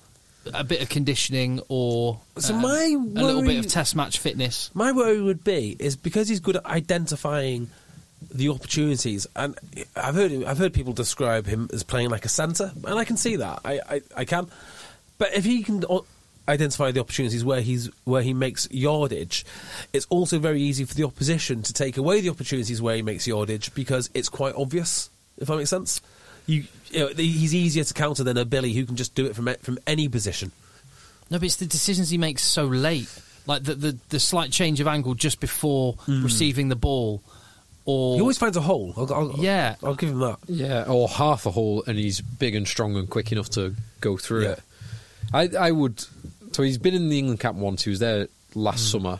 Speaker 2: a bit of conditioning or um,
Speaker 4: So my
Speaker 2: a little bit
Speaker 4: worry-
Speaker 2: of test match fitness.
Speaker 4: My worry would be is because he's good at identifying the opportunities, and I've heard I've heard people describe him as playing like a centre, and I can see that. I, I, I can, but if he can o- identify the opportunities where he's where he makes yardage. It's also very easy for the opposition to take away the opportunities where he makes yardage because it's quite obvious. If that makes sense, you, you know, he's easier to counter than a Billy who can just do it from from any position.
Speaker 2: No, but it's the decisions he makes so late, like the the, the slight change of angle just before
Speaker 3: Hmm.
Speaker 2: receiving the ball, or
Speaker 4: He always finds a hole. I'll, I'll-
Speaker 2: Yeah.
Speaker 4: I'll give him that.
Speaker 3: Yeah, or half a hole, and he's big and strong and quick enough to go through
Speaker 4: Yeah.
Speaker 3: it. I, I would. So he's been in the England camp once. He was there last
Speaker 2: Mm.
Speaker 3: summer.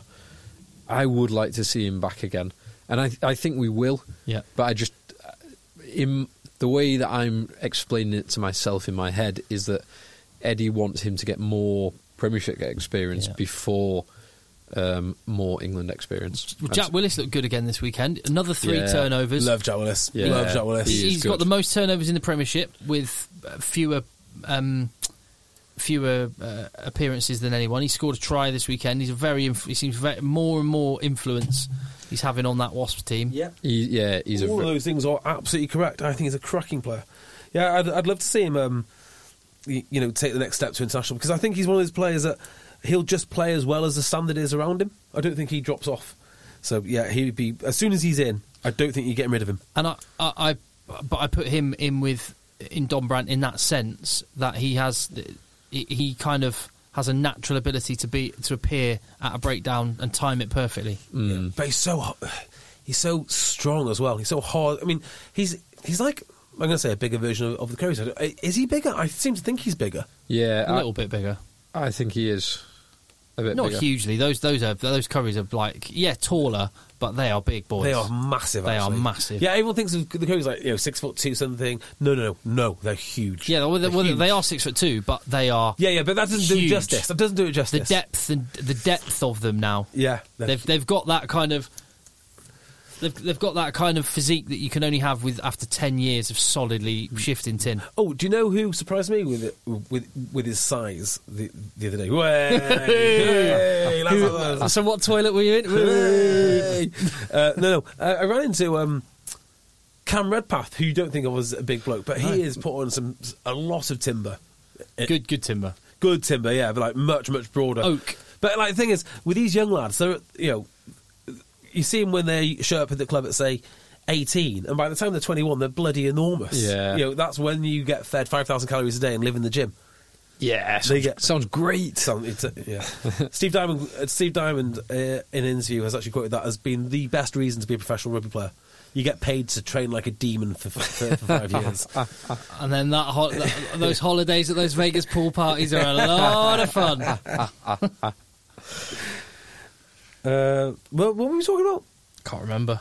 Speaker 3: I would like to see him back again, and I I think we will.
Speaker 2: Yeah.
Speaker 3: But I just in the way that I'm explaining it to myself in my head is that Eddie wants him to get more Premiership experience
Speaker 2: Yeah.
Speaker 3: before um, more England experience.
Speaker 2: Well, Jack Willis looked good again this weekend. Another three
Speaker 3: Yeah.
Speaker 2: turnovers.
Speaker 4: Love Jack Willis.
Speaker 3: Yeah.
Speaker 4: Love Jack Willis.
Speaker 3: He is
Speaker 2: He has got
Speaker 3: good.
Speaker 2: the most turnovers in the Premiership with uh, fewer um, fewer uh, appearances than anyone. He scored a try this weekend. He's a very inf- he seems ve more and more influence he's having on that Wasps team.
Speaker 3: He- yeah, he's
Speaker 4: all
Speaker 3: a
Speaker 4: of
Speaker 3: v-
Speaker 4: those things are absolutely correct. I think he's a cracking player. Yeah, I'd, I'd love to see him, um, you, you know, take the next step to international because I think he's one of those players that he'll just play as well as the standard is around him. I don't think he drops off. So yeah, he'd be as soon as he's in. I don't think you're getting rid of him.
Speaker 2: And I, I, I, but I put him in with in Don Brandt in that sense that he has, he, he kind of has a natural ability to be to appear at a breakdown and time it perfectly.
Speaker 3: Mm.
Speaker 4: Yeah. But he's so ho- he's so strong as well. He's so hard. I mean, he's he's like I'm going to say a bigger version of, of the Curry. Is he bigger? I seem to think he's bigger.
Speaker 3: yeah.
Speaker 2: A little bit bigger,
Speaker 3: I, I think he is a bit
Speaker 2: not
Speaker 3: bigger.
Speaker 2: hugely. Those those are those curries are like yeah taller, but they are big boys.
Speaker 4: They are massive.
Speaker 2: They are
Speaker 4: actually.
Speaker 2: massive.
Speaker 4: Yeah, everyone thinks of the Curry's like you know six foot two something. No, no, no, no. They're huge.
Speaker 2: Yeah, well, they,
Speaker 4: They're
Speaker 2: well,
Speaker 4: huge.
Speaker 2: they are six foot two, but they are.
Speaker 4: Yeah, yeah, but that doesn't do it
Speaker 2: huge.
Speaker 4: justice. That doesn't do it
Speaker 2: The
Speaker 4: justice.
Speaker 2: depth and the depth of them now.
Speaker 4: Yeah, they're-
Speaker 2: they've they've got that kind of they've they've got that kind of physique that you can only have with after ten years of solidly
Speaker 4: Mm.
Speaker 2: shifting tin.
Speaker 4: Oh, do you know who surprised me with it, with with his size the, the other
Speaker 2: [laughs]
Speaker 4: day? Way, hey, that's what that was.
Speaker 2: So what toilet were you in?
Speaker 4: uh, no, no. Uh, I ran into um, Cam Redpath, who you don't think of as a big bloke, but he is put on some a lot of timber.
Speaker 2: good good timber.
Speaker 4: Good timber, yeah, but like much much broader
Speaker 2: Oak.
Speaker 4: But like the thing is, with these young lads, they're you know, you see them when they show up at the club at say. 18 and by the time they're 21 they're bloody enormous
Speaker 3: Yeah.
Speaker 4: you know that's when you get fed 5000 calories a day and live in the gym
Speaker 3: Yeah,
Speaker 4: They
Speaker 3: sounds,
Speaker 4: get-
Speaker 3: sounds great.
Speaker 4: Some- it's, uh, [laughs] yeah. Steve Diamond, uh, Steve Diamond, uh, in an interview has actually quoted that as being the best reason to be a professional rugby player. You get paid to train like a demon for, for, for five [laughs] years.
Speaker 2: And then that, ho- that those holidays at those Vegas pool parties are a lot of [laughs] fun.
Speaker 4: uh, well, what were we talking about?
Speaker 2: Can't remember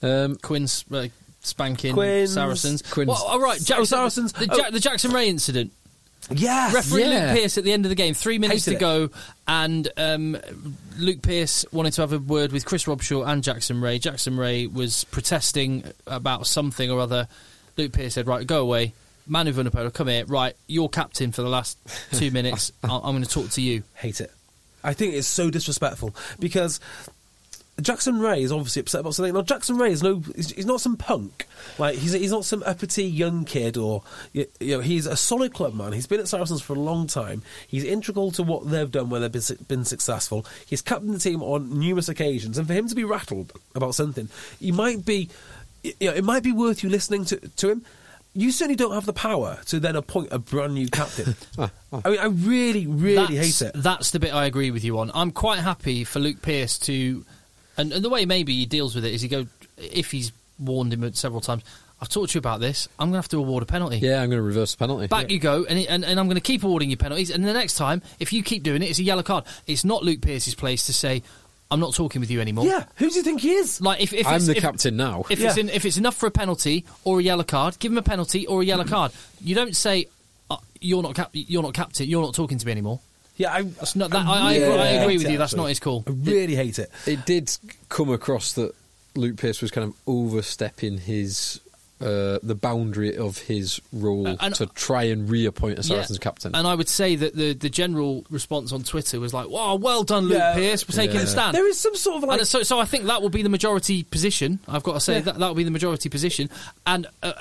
Speaker 3: Um,
Speaker 2: Quinn's uh, spanking
Speaker 4: Quinn's-
Speaker 2: Saracens.
Speaker 3: Quinn's-
Speaker 2: Well, all right, Jackson,
Speaker 4: Saracens.
Speaker 2: The,
Speaker 4: Oh.
Speaker 2: Jack, the Jackson Ray incident.
Speaker 4: Yes,
Speaker 2: Referee
Speaker 3: Yeah.
Speaker 2: Luke Pierce at the end of the game, three minutes
Speaker 4: Hated
Speaker 2: to go, and um, Luke Pierce wanted to have a word with Chris Robshaw and Jackson Ray. Jackson Ray was protesting about something or other. Luke Pierce said, "Right, go away." Manu Vunipola, come here. Right, you're captain for the last two
Speaker 4: [laughs]
Speaker 2: minutes. I- I'm going to talk to you.
Speaker 4: hate it. I think it's so disrespectful because Jackson Ray is obviously upset about something. Now Jackson Ray is no, he's, he's not some punk. Like he's he's not some uppity young kid or you, you know he's a solid club man. He's been at Saracens for a long time. He's integral to what they've done where they've been, su- been successful. He's captained the team on numerous occasions, and for him to be rattled about something, he might be, you know, it might be worth you listening to to him. You certainly don't have the power to then appoint a brand new [laughs] captain. I mean, I really, really
Speaker 2: that's,
Speaker 4: hate it.
Speaker 2: That's the bit I agree with you on. I'm quite happy for Luke Pierce to, and, and the way maybe he deals with it is he go if he's warned him several times. I've talked to you about this. I'm going to have to award a penalty.
Speaker 3: yeah, I'm going to reverse the penalty.
Speaker 2: Back you go, and, and, and I'm going to keep awarding you penalties. And the next time, if you keep doing it, it's a yellow card. It's not Luke Pierce's place to say, "I'm not talking with you anymore."
Speaker 4: Yeah, who do you think he is?
Speaker 2: Like if, if
Speaker 3: I'm
Speaker 2: it's-
Speaker 3: the
Speaker 2: if-
Speaker 3: captain now.
Speaker 2: If it's
Speaker 4: Yeah.
Speaker 2: in, if it's enough for a penalty or a yellow card, give him a penalty or a yellow card. You don't say uh, you're not cap- you're not captain. You're not talking to me anymore.
Speaker 4: Yeah, I,
Speaker 2: That's not- that- I- I
Speaker 4: really
Speaker 2: agree- I
Speaker 4: hate
Speaker 2: agree
Speaker 4: it,
Speaker 2: with you, that's
Speaker 4: actually.
Speaker 2: not his call.
Speaker 4: I really hate it.
Speaker 3: It did come across that Luke Pierce was kind of overstepping his uh, the boundary of his role
Speaker 2: Uh, and-
Speaker 3: to try and reappoint a
Speaker 2: Yeah.
Speaker 3: Saracens captain.
Speaker 2: And I would say that the, the general response on Twitter was like, "Wow, well done, Luke
Speaker 4: Yeah.
Speaker 2: Pierce, for taking
Speaker 3: Yeah.
Speaker 2: the stand."
Speaker 4: There is some sort of like.
Speaker 2: and so, so I think that will be the majority position. I've got to say that that will be the majority position. And uh,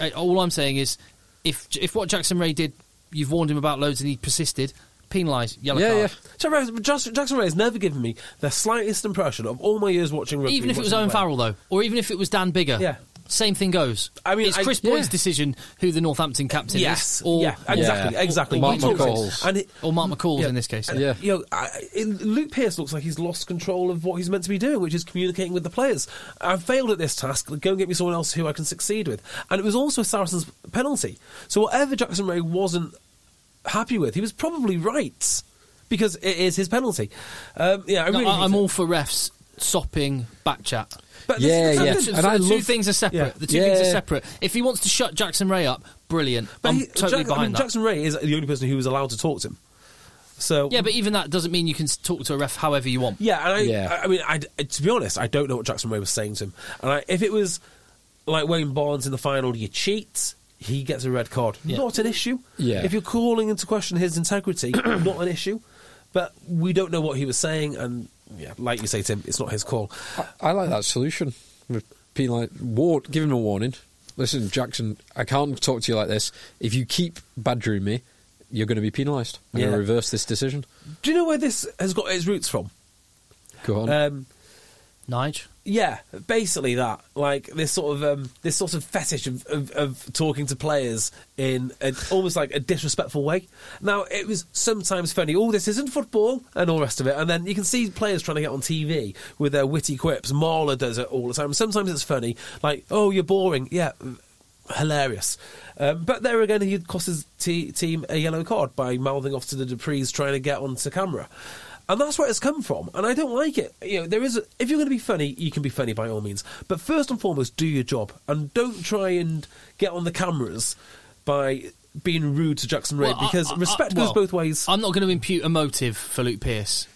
Speaker 2: I- all I'm saying is, if if what Jackson Ray did, you've warned him about loads and he persisted. penalised, yellow
Speaker 3: Yeah,
Speaker 2: card.
Speaker 3: yeah.
Speaker 4: So Rose- Jackson Jackson Ray has never given me the slightest impression of all my years watching rugby.
Speaker 2: Even if it was
Speaker 4: watching
Speaker 2: Owen
Speaker 4: play.
Speaker 2: Farrell though, or even if it was Dan Bigger,
Speaker 4: Yeah.
Speaker 2: same thing goes.
Speaker 4: I mean,
Speaker 2: it's
Speaker 4: I-
Speaker 2: Chris Boyd's
Speaker 4: yeah.
Speaker 2: decision who the Northampton captain
Speaker 4: Yes,
Speaker 2: is, or
Speaker 4: yeah, exactly,
Speaker 3: Yeah.
Speaker 4: exactly.
Speaker 3: Mark
Speaker 4: You talked about it.
Speaker 3: McCall's.
Speaker 4: and it,
Speaker 2: or Mark McCall's
Speaker 4: Yeah.
Speaker 2: in this case.
Speaker 4: And,
Speaker 3: Yeah.
Speaker 4: You know, I, in, Luke Pierce looks like he's lost control of what he's meant to be doing, which is communicating with the players. I've failed at this task. Go and get me someone else who I can succeed with. And it was also Saracen's penalty. So whatever Jackson Ray wasn't happy with, he was probably right because it is his penalty. Um, yeah, I
Speaker 2: No,
Speaker 4: really
Speaker 2: I,
Speaker 4: hate
Speaker 2: am
Speaker 4: it.
Speaker 2: all for refs sopping back chat.
Speaker 4: But this-
Speaker 3: Yeah,
Speaker 4: this-
Speaker 3: yeah.
Speaker 2: The
Speaker 4: this-
Speaker 2: two-
Speaker 3: And
Speaker 2: the
Speaker 3: I
Speaker 2: two
Speaker 3: love-
Speaker 2: things are separate.
Speaker 4: Yeah.
Speaker 2: The two things are
Speaker 3: Yeah.
Speaker 2: separate. If he wants to shut Jackson Ray up, brilliant. I'm
Speaker 4: he-
Speaker 2: totally
Speaker 4: Jack- I
Speaker 2: behind
Speaker 4: mean,
Speaker 2: that.
Speaker 4: Jackson Ray is the only person who was allowed to talk to him. So
Speaker 2: yeah, but even that doesn't mean you can s- talk to a ref however you want.
Speaker 4: Yeah, and I,
Speaker 3: Yeah.
Speaker 4: I, I mean, I, to be honest, I don't know what Jackson Ray was saying to him. And I, if it was like Wayne Barnes in the final, you cheat, he gets a red card.
Speaker 2: Yeah.
Speaker 4: Not an issue.
Speaker 3: Yeah.
Speaker 4: If you're calling into question his
Speaker 3: [clears throat]
Speaker 4: integrity, not an issue. But we don't know what he was saying, and yeah, like you say, Tim, it's not his call.
Speaker 3: I, I like that solution. Being like, war, give him a warning. Listen, Jackson, I can't talk to you like this. If you keep badgering me, you're going to be penalised. I'm going
Speaker 4: Yeah.
Speaker 3: to reverse this decision.
Speaker 4: Do you know where this has got its roots from?
Speaker 3: Go on.
Speaker 2: Uh,
Speaker 4: Um,
Speaker 2: Nige.
Speaker 4: Yeah, basically that. Like this sort of um, this sort of fetish of, of, of talking to players in a, almost like a disrespectful way. Now it was sometimes funny. Oh, this isn't football, and all the rest of it. And then you can see players trying to get on TV with their witty quips. Marla does it all the time. Sometimes it's funny, like oh, you're boring. Yeah, hilarious. Um, but there again, he cost his te- team a yellow card by mouthing off to the Duprees trying to get onto camera. And that's where it's come from, and I don't like it. You know, there is a, if you're going to be funny, you can be funny by all means, but first and foremost, do your job and don't try and get on the cameras by being rude to Jackson Ray
Speaker 2: Well, I-
Speaker 4: because
Speaker 2: I- I-
Speaker 4: respect goes
Speaker 2: well,
Speaker 4: both ways. i
Speaker 2: I'm not going to impute a motive for Luke Pierce.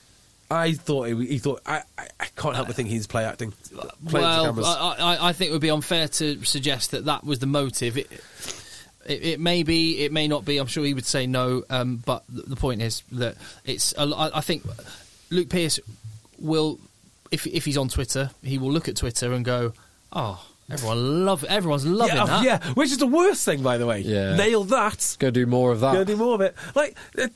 Speaker 4: thought he, he thought I, I I can't help but think he's play acting. Play to
Speaker 2: well,
Speaker 4: cameras.
Speaker 2: I, I, I think it would be unfair to suggest that that was the motive. It, it, it may be, it may not be. I'm sure he would say no. Um, but th- the point is that it's. a lo- I I think Luke Pierce will, if if he's on Twitter, he will look at Twitter and go, "Oh, everyone love, everyone's loving
Speaker 4: yeah, oh,
Speaker 2: that."
Speaker 4: yeah, which is the worst thing, by the way.
Speaker 3: Yeah.
Speaker 4: Nailed that.
Speaker 3: Go do more of that.
Speaker 4: Gonna do more of it. Like uh,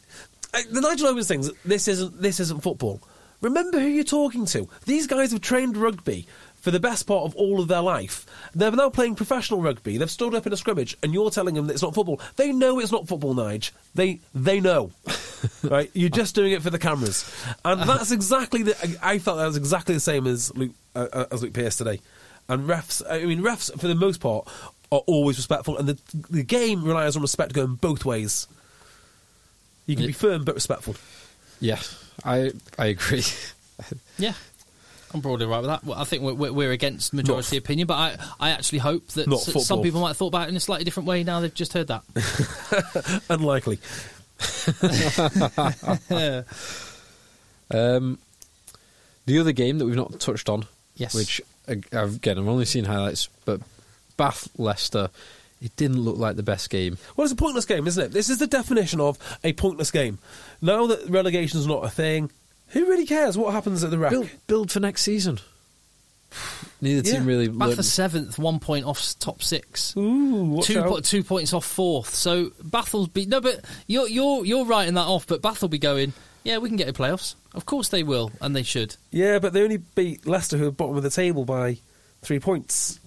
Speaker 4: uh, the Nigel Owens things. This isn't this isn't football. Remember who you're talking to. These guys have trained rugby for the best part of all of their life. They're now playing professional rugby. They've stood up in a scrimmage, and you're telling them that it's not football. They know it's not football, Nige. They they know, right? You're just doing it for the cameras, and that's exactly the. I I felt that was exactly the same as Luke uh, uh, as Luke Pierce today, and refs. I mean, refs for the most part are always respectful, and the the game relies on respect going both ways. You can be firm but respectful.
Speaker 3: yeah, I I agree. [laughs]
Speaker 2: Yeah. I'm broadly right with that. Well, I think we're, we're, we're against majority opinion, but I, I actually hope that
Speaker 4: Not
Speaker 2: s- some
Speaker 4: football.
Speaker 2: people might have thought about it in a slightly different way now they've just heard
Speaker 4: [laughs]
Speaker 2: that.
Speaker 4: Unlikely.
Speaker 3: Um, the other game that we've not touched on,
Speaker 2: Yes.
Speaker 3: which ag- again I've only seen highlights, but Bath Leicester, it didn't look like the best game.
Speaker 4: Well, it's a pointless game, isn't it? This is the definition of a pointless game. Now that relegation's not a thing, who really cares what happens at the rack?
Speaker 3: Build, build for next season. Neither
Speaker 4: Yeah.
Speaker 3: team really.
Speaker 2: Bath are
Speaker 3: Learned.
Speaker 2: seventh, one point off s- top six.
Speaker 4: Ooh, watch
Speaker 2: Two,
Speaker 4: out.
Speaker 2: po- two points off fourth. So Bath will be no, but you're you're you're writing that off. But Bath will be going. Yeah, we can get to playoffs. Of course they will, and they should.
Speaker 4: Yeah, but they only beat Leicester, who are bottom of the table, by three points.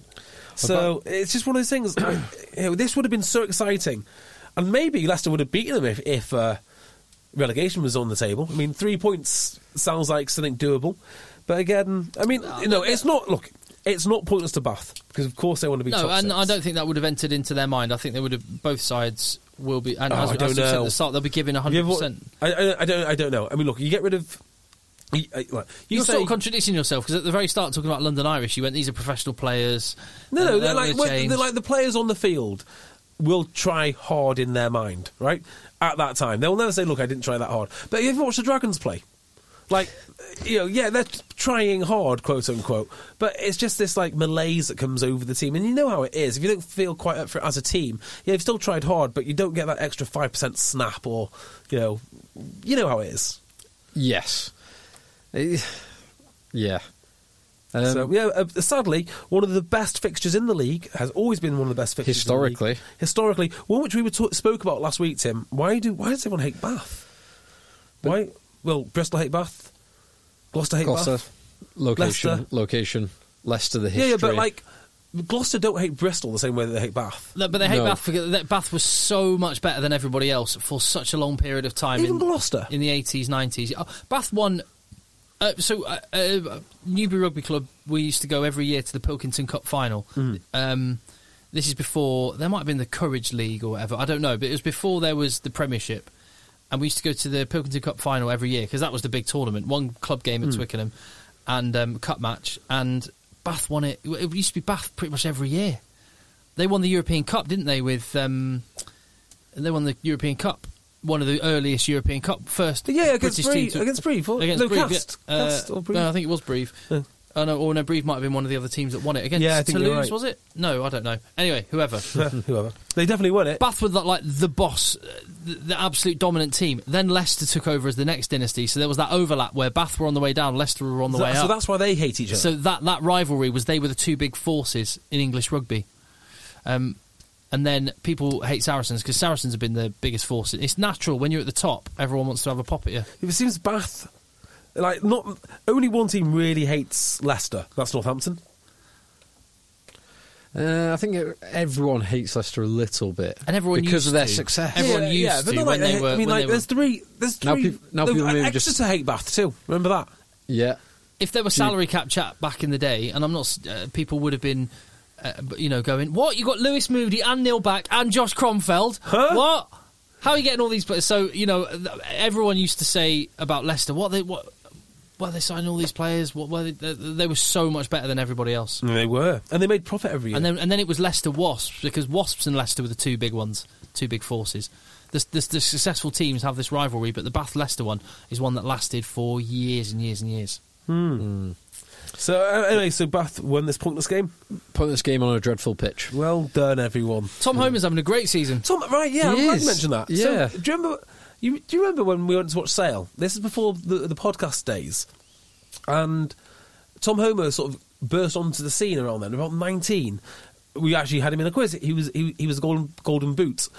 Speaker 4: So it's just one of those things. [coughs] like, you know, this would have been so exciting, and maybe Leicester would have beaten them if, if uh, relegation was on the table. I mean, three points sounds like something doable, but again, I mean, you know, it's not. Look, it's not pointless to Bath because, of course, they want to be.
Speaker 2: No,
Speaker 4: top
Speaker 2: and
Speaker 4: six.
Speaker 2: I don't think that would have entered into their mind. I think they would have. Both sides will be. And
Speaker 4: Oh,
Speaker 2: as,
Speaker 4: I
Speaker 2: as
Speaker 4: don't
Speaker 2: we said at
Speaker 4: know.
Speaker 2: the start, they'll be giving
Speaker 4: You
Speaker 2: hundred
Speaker 4: ever-
Speaker 2: percent.
Speaker 4: I, I, I don't. I don't know. I mean, look, you get rid of. You, uh, like, you
Speaker 2: You're
Speaker 4: say,
Speaker 2: sort of contradicting yourself because at the very start, talking about London Irish, you went, "These are professional players."
Speaker 4: No,
Speaker 2: and
Speaker 4: no,
Speaker 2: they're
Speaker 4: they're like,
Speaker 2: gonna
Speaker 4: well,
Speaker 2: change."
Speaker 4: they're like the players on the field will try hard in their mind, right? At that time, they'll never say, "Look, I didn't try that hard." But you ever watch the Dragons play? Like, you know, yeah, they're trying hard, quote unquote. But it's just this like malaise that comes over the team, and you know how it is. If you don't feel quite up for it as a team, yeah, you've still tried hard, but you don't get that extra five percent snap, or you know, you know how it is.
Speaker 3: Yes. Eh, Yeah. Um,
Speaker 4: so yeah, uh, sadly, one of the best fixtures in the league has always been one of the best fixtures in the league.
Speaker 3: Historically.
Speaker 4: Historically, one which we were ta- spoke about last week, Tim. Why do why does everyone hate Bath? Why? Well, Bristol hate Bath, Gloucester hate
Speaker 3: Gloucester,
Speaker 4: Bath.
Speaker 3: uh, location,
Speaker 4: Leicester.
Speaker 3: location, Leicester, the
Speaker 4: Yeah,
Speaker 3: history.
Speaker 4: yeah, but like Gloucester don't hate Bristol the same way that they hate Bath.
Speaker 2: No, But they hate
Speaker 3: No.
Speaker 2: Bath because that Bath was so much better than everybody else for such a long period of time.
Speaker 4: Even
Speaker 2: in,
Speaker 4: Gloucester?
Speaker 2: in the eighties, nineties. Bath won. Uh, so, uh, uh, Newbury Rugby Club, we used to go every year to the Pilkington Cup final. Um, this is before there might have been the Courage League or whatever. I don't know, but it was before there was the Premiership, and we used to go to the Pilkington Cup final every year because that was the big tournament. One club game at Twickenham and um, cup match, and Bath won it. It used to be Bath pretty much every year they won the European Cup, didn't they? With um, they won the European Cup, one of the earliest European Cup first.
Speaker 4: Yeah, against
Speaker 2: British
Speaker 4: Bree-
Speaker 2: team to-
Speaker 4: against Bree, what?
Speaker 2: against
Speaker 4: No,
Speaker 2: Bree, yeah.
Speaker 4: Cast.
Speaker 2: Uh,
Speaker 4: Cast or Bree?
Speaker 2: No, I think it was Breve. Oh, no, or no, Breve might have been one of the other teams that won it against
Speaker 4: Yeah, I think you're
Speaker 2: Toulouse,
Speaker 4: right.
Speaker 2: was it? No, I don't know. Anyway, whoever.
Speaker 4: [laughs]
Speaker 2: [laughs]
Speaker 4: Whoever they definitely won it.
Speaker 2: Bath were the, like the boss, uh, the, the absolute dominant team. Then Leicester took over as the next dynasty, so there was that overlap where Bath were on the way down, Leicester were on the
Speaker 4: So-
Speaker 2: way
Speaker 4: so
Speaker 2: up.
Speaker 4: that's why they hate each other.
Speaker 2: So that that rivalry was they were the two big forces in English rugby. Um, and then people hate Saracens because Saracens have been the biggest force. It's natural when you're at the top, everyone wants to have a pop at you.
Speaker 4: It seems Bath, like not only one team really hates Leicester. That's Northampton.
Speaker 3: Uh, I think it, everyone hates Leicester a little bit,
Speaker 2: And everyone
Speaker 3: because
Speaker 2: used
Speaker 3: of their
Speaker 2: to.
Speaker 3: success.
Speaker 2: Everyone used
Speaker 4: but
Speaker 2: to
Speaker 4: not
Speaker 2: when
Speaker 4: like,
Speaker 2: they were-
Speaker 4: I mean,
Speaker 2: when
Speaker 4: like,
Speaker 2: they were-
Speaker 4: there's three. There's three.
Speaker 3: Now peop- now
Speaker 4: no,
Speaker 3: people maybe
Speaker 4: Exeter
Speaker 3: just-
Speaker 4: hate Bath too. Remember that?
Speaker 3: yeah,
Speaker 2: If there were salary cap chat back in the day, and I'm not, s- uh, people would have been. Uh, b- you know, going what you got Lewis Moody and Neil Back and Josh Cromfeld.
Speaker 4: Huh?
Speaker 2: What? How are you getting all these? pla- So you know, th- everyone used to say about Leicester, what they what, why they signing all these players? What were they, they, they were so much better than everybody else.
Speaker 4: They were, and they made profit every year.
Speaker 2: And then and then it was Leicester Wasps because Wasps and Leicester were the two big ones, two big forces. The, the, the successful teams have this rivalry, but the Bath Leicester one is one that lasted for years and years and years.
Speaker 4: so uh, anyway, so Bath won this pointless game.
Speaker 3: put this game on a dreadful pitch.
Speaker 4: Well done, everyone.
Speaker 2: Tom Homer's having a great season.
Speaker 4: Tom, right? Yeah,
Speaker 3: He
Speaker 4: I'm glad
Speaker 3: is.
Speaker 4: you mentioned that.
Speaker 3: Yeah.
Speaker 4: So, do you remember? You, do you remember when we went to watch Sale? This is before the, the podcast days, and Tom Homer sort of burst onto the scene around then, about 19. We actually had him in a quiz. He was he, he was golden golden boot.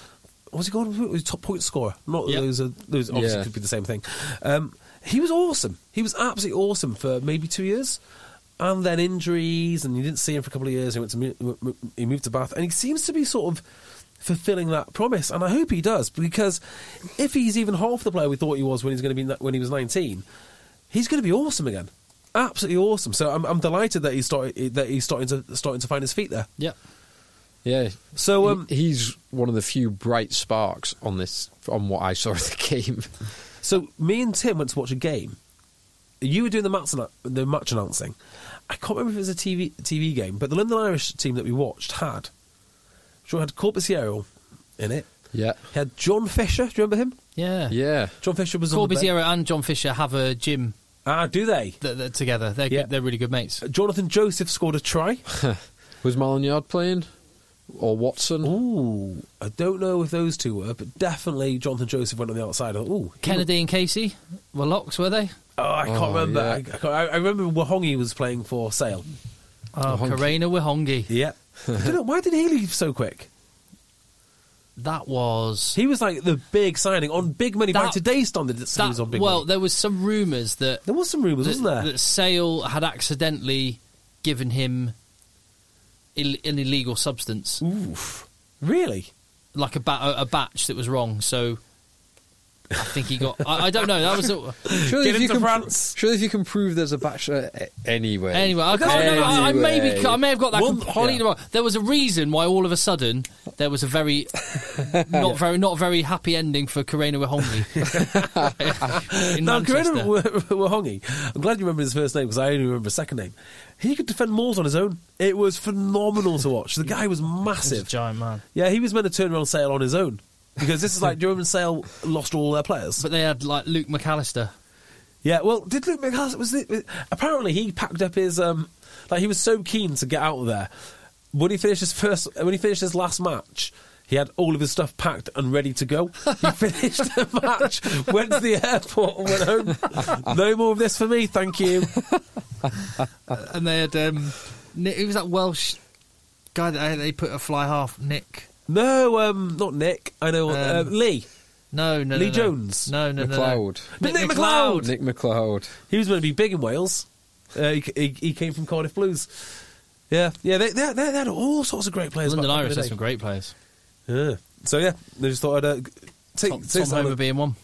Speaker 4: Was he golden boot? He was top point scorer. Not
Speaker 2: Yeah.
Speaker 4: those. Are, those obviously
Speaker 3: Yeah.
Speaker 4: could be the same thing. Um, he was awesome. He was absolutely awesome for maybe two years. And then injuries, and you didn't see him for a couple of years. He went to mo- mo- mo- he moved to Bath, and he seems to be sort of fulfilling that promise. And I hope he does because if he's even half the player we thought he was when he's going to be when he was nineteen, he's going to be awesome again. Absolutely awesome. So I'm, I'm delighted that he's started that he's starting to starting to find his feet there.
Speaker 2: Yep.
Speaker 3: Yeah.
Speaker 4: So, um,
Speaker 3: He- he's one of the few bright sparks on this, on what I saw [laughs] of the game.
Speaker 4: So me and Tim went to watch a game. You were doing the match, the match announcing. I can't remember if it was a TV TV game, but the London Irish team that we watched had. Sure, had Corbusiero in it.
Speaker 3: Yeah.
Speaker 4: He had John Fisher. Do you remember him?
Speaker 2: Yeah.
Speaker 3: Yeah.
Speaker 4: John Fisher was on the bench.
Speaker 2: Corbusier and John Fisher have a gym
Speaker 4: Ah, do they?
Speaker 2: th- th- together. They're
Speaker 4: Yeah. Uh,
Speaker 2: good, they're really good mates.
Speaker 4: Jonathan Joseph scored a try.
Speaker 3: Was Molyneux playing? Or Watson?
Speaker 4: Ooh, I don't know if those two were, but definitely Jonathan Joseph went on the outside. Ooh, he
Speaker 2: Kennedy and Casey were locks, were they?
Speaker 4: looked- Oh, I can't
Speaker 3: Oh,
Speaker 4: remember.
Speaker 3: yeah.
Speaker 4: I, I, can't, I, I remember Wahongi was playing for Sale.
Speaker 2: Oh,
Speaker 3: Honky.
Speaker 2: Karina Wihongi.
Speaker 4: Yeah. [laughs] I don't know, why did he leave so quick?
Speaker 2: That was
Speaker 4: He was like the big signing on big money by
Speaker 2: That-
Speaker 4: today's standard. It
Speaker 2: that-
Speaker 4: was on big
Speaker 2: well,
Speaker 4: money.
Speaker 2: there was some rumours that
Speaker 4: There was some rumours, wasn't
Speaker 2: that,
Speaker 4: there?
Speaker 2: that Sale had accidentally given him Ill- an illegal substance,
Speaker 4: Oof, really?
Speaker 2: like a, ba- a batch that was wrong. So I think he got. I, I don't know. That was a,
Speaker 4: Get
Speaker 3: if
Speaker 4: him
Speaker 3: you
Speaker 4: to
Speaker 3: can,
Speaker 4: France.
Speaker 3: Surely if you can prove there's a bachelor a- anyway.
Speaker 2: anyway. I, can't remember. I, I maybe I may have got that
Speaker 4: One-
Speaker 2: completely
Speaker 4: yeah.
Speaker 2: wrong. There was a reason why all of a sudden there was a very not very not very happy ending for Karina
Speaker 4: [laughs]
Speaker 2: Wahongi in
Speaker 4: Now, Corona
Speaker 2: Manchester.
Speaker 4: [laughs] Wahongi, I'm glad you remember his first name because I only remember his second name. He could defend mauls on his own. It was phenomenal to watch. The guy was
Speaker 2: He's a
Speaker 4: massive.
Speaker 2: giant man.
Speaker 4: Yeah, he was meant to turn around Sale on his own because this is like German Sale lost all their players.
Speaker 2: But they had like Luke McAllister.
Speaker 4: Yeah, well, did Luke McAllister was it, apparently he packed up his um like he was so keen to get out of there. When he finished his first when he finished his last match, he had all of his stuff packed and ready to go. [laughs] He finished the match, went to the airport and went home. No more of this for me, thank you.
Speaker 2: and they had um, Nick, who was that Welsh guy that they put a fly half Nick
Speaker 4: No, um not Nick. I know uh,
Speaker 2: Um,
Speaker 4: Lee.
Speaker 2: No, no, no,
Speaker 4: Lee
Speaker 2: no.
Speaker 4: Jones.
Speaker 2: No, no, no, no.
Speaker 3: McLeod.
Speaker 4: But Nick McLeod.
Speaker 3: Nick McLeod.
Speaker 4: He was going to be big in Wales. Uh, he, he, he came from Cardiff Blues. Yeah, yeah, they, they, they had all sorts of great players.
Speaker 2: London
Speaker 4: back in
Speaker 2: Irish
Speaker 4: the
Speaker 2: had
Speaker 4: day.
Speaker 2: some great players.
Speaker 4: Yeah. So yeah, they just thought I'd uh, g- take
Speaker 2: Tom, Tom
Speaker 4: take, us on
Speaker 2: Homer
Speaker 4: a,
Speaker 2: being one.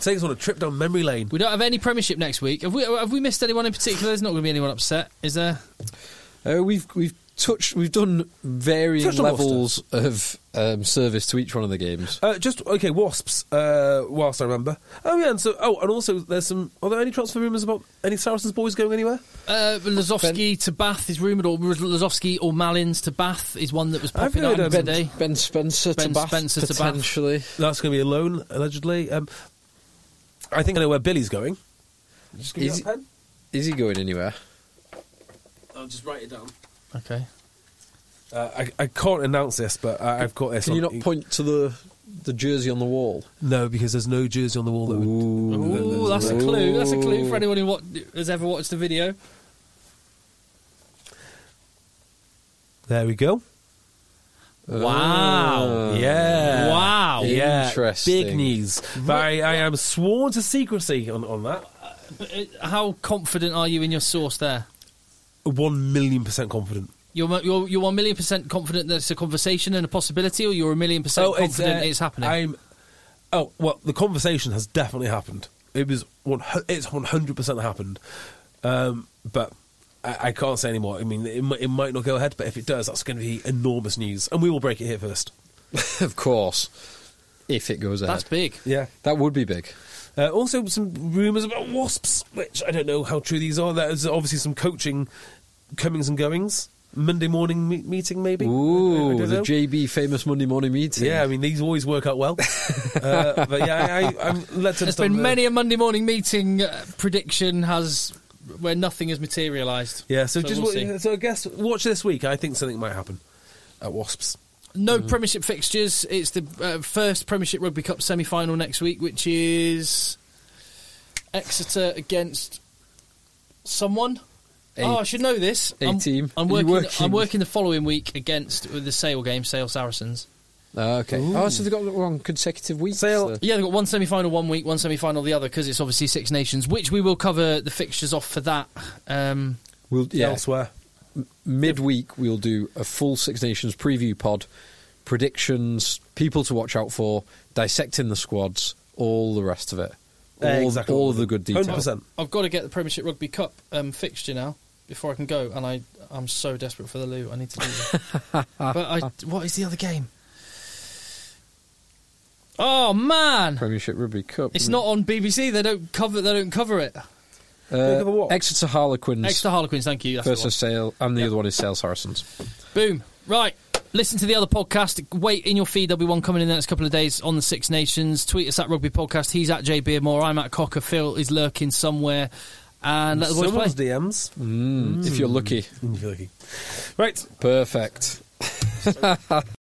Speaker 4: take us on a trip down memory lane.
Speaker 2: We don't have any Premiership next week. Have we? Have we missed anyone in particular? There's not going to be anyone upset, is there?
Speaker 3: Uh, we've we've touched we've done varying
Speaker 4: Touched on
Speaker 3: levels of um, service to each one of the games.
Speaker 4: Uh, just okay, wasps. Uh, whilst I remember, oh yeah, and so oh, and also there's some. Are there any transfer rumours about any Saracens boys going anywhere?
Speaker 2: Uh, Lazowski to Bath is rumoured, or Lazowski or Malins to Bath is one that was
Speaker 4: I've
Speaker 2: popping
Speaker 4: heard
Speaker 2: up
Speaker 4: of
Speaker 2: today.
Speaker 3: Ben Spencer
Speaker 2: Ben
Speaker 3: to Bath
Speaker 2: Spencer to Bath.
Speaker 3: potentially.
Speaker 4: That's going to be a loan allegedly. Um, I think I know where Billy's going. Just
Speaker 3: give me Is- that pen. Is he going anywhere?
Speaker 4: I'll just write it down.
Speaker 2: Okay.
Speaker 4: Uh, I, I can't announce this, but I, I've caught this.
Speaker 3: Can
Speaker 4: on
Speaker 3: you not point to the the jersey on the wall?
Speaker 4: No, because there's no jersey on the wall. That would,
Speaker 2: Ooh, that's a clue. That's a clue for anyone who wa- has ever watched the video.
Speaker 4: there we go.
Speaker 2: Wow.
Speaker 4: Uh, Yeah.
Speaker 2: Wow.
Speaker 4: Yeah.
Speaker 3: Interesting.
Speaker 4: Big news. But I, I am sworn to secrecy on, on that.
Speaker 2: But, uh, How confident are you in your source there?
Speaker 4: One million percent confident.
Speaker 2: You're, mo- you're, you're one million percent confident that it's a conversation and a possibility, or you're a million percent confident
Speaker 4: uh,
Speaker 2: it's happening?
Speaker 4: I'm. Oh well, the conversation has definitely happened. It was one. hu- It's one hundred percent happened. Um, but I, I can't say anymore. I mean, it, mi- it might not go ahead, but if it does, that's going to be enormous news, and we will break it here first.
Speaker 3: [laughs] of course. If it goes ahead,
Speaker 2: That's big.
Speaker 4: Yeah.
Speaker 3: that would be big.
Speaker 4: Uh, also, some rumours about wasps, which I don't know how true these are. There's obviously some coaching comings and goings. Monday morning me- meeting, maybe. I- I
Speaker 3: Ooh,
Speaker 4: don't
Speaker 3: the
Speaker 4: know.
Speaker 3: JB famous Monday morning meeting.
Speaker 4: Yeah, I mean these always work
Speaker 2: [laughs]
Speaker 4: out well. uh, but yeah, I, I, I'm led to.
Speaker 2: There's
Speaker 4: understand
Speaker 2: been
Speaker 4: that-
Speaker 2: many a Monday morning meeting uh, prediction has where nothing has materialised.
Speaker 4: Yeah, so, just
Speaker 2: we'll
Speaker 4: wa-
Speaker 2: see.
Speaker 4: so I guess watch this week. I think something might happen at wasps.
Speaker 2: no
Speaker 3: Mm-hmm.
Speaker 2: Premiership fixtures. It's the uh, first Premiership Rugby Cup semi-final next week, which is Exeter against someone.
Speaker 3: A-
Speaker 2: oh, I should know this. I'm-
Speaker 3: A team.
Speaker 2: I'm,
Speaker 3: You
Speaker 2: working.
Speaker 3: working?
Speaker 2: I'm working the following week against with the Sale game, Sale Saracens.
Speaker 3: Ah, okay. Oh, so they got one consecutive week.
Speaker 4: Sale-
Speaker 2: Yeah, they've got one semi final one week, one semi final the other, because it's obviously Six Nations, which we will cover the fixtures off for that. Um,
Speaker 3: We'll, yeah,
Speaker 4: Elsewhere,
Speaker 3: midweek we'll do a full Six Nations preview pod, predictions, people to watch out for, dissecting the squads, all the rest of it, all, all of the good detail.
Speaker 4: 100%.
Speaker 2: I've got to get the Premiership Rugby Cup um, fixture now before I can go, and I, I'm so desperate for the loo. I need to do that. but I, what is the other game? Oh man,
Speaker 3: Premiership Rugby Cup.
Speaker 2: it's not on BBC. They don't cover. They don't cover it.
Speaker 3: Uh,
Speaker 4: Think of what?
Speaker 3: Exeter Harlequins
Speaker 2: Extra Harlequins, thank you. That's the one.
Speaker 3: versus Sale, and the other one is Sale Saracens.
Speaker 2: Boom. Right. Listen to the other podcast. Wait in your feed. There'll be one coming in the next couple of days on the Six Nations. Tweet us at Rugby Podcast. He's at J Beermore. I'm at Cocker. Phil is lurking somewhere. And let the boys play.
Speaker 4: Someone's DMs. [laughs]
Speaker 3: Mm, If you're lucky, Hmm. [laughs]
Speaker 4: Mm, you're lucky. Right.
Speaker 3: perfect.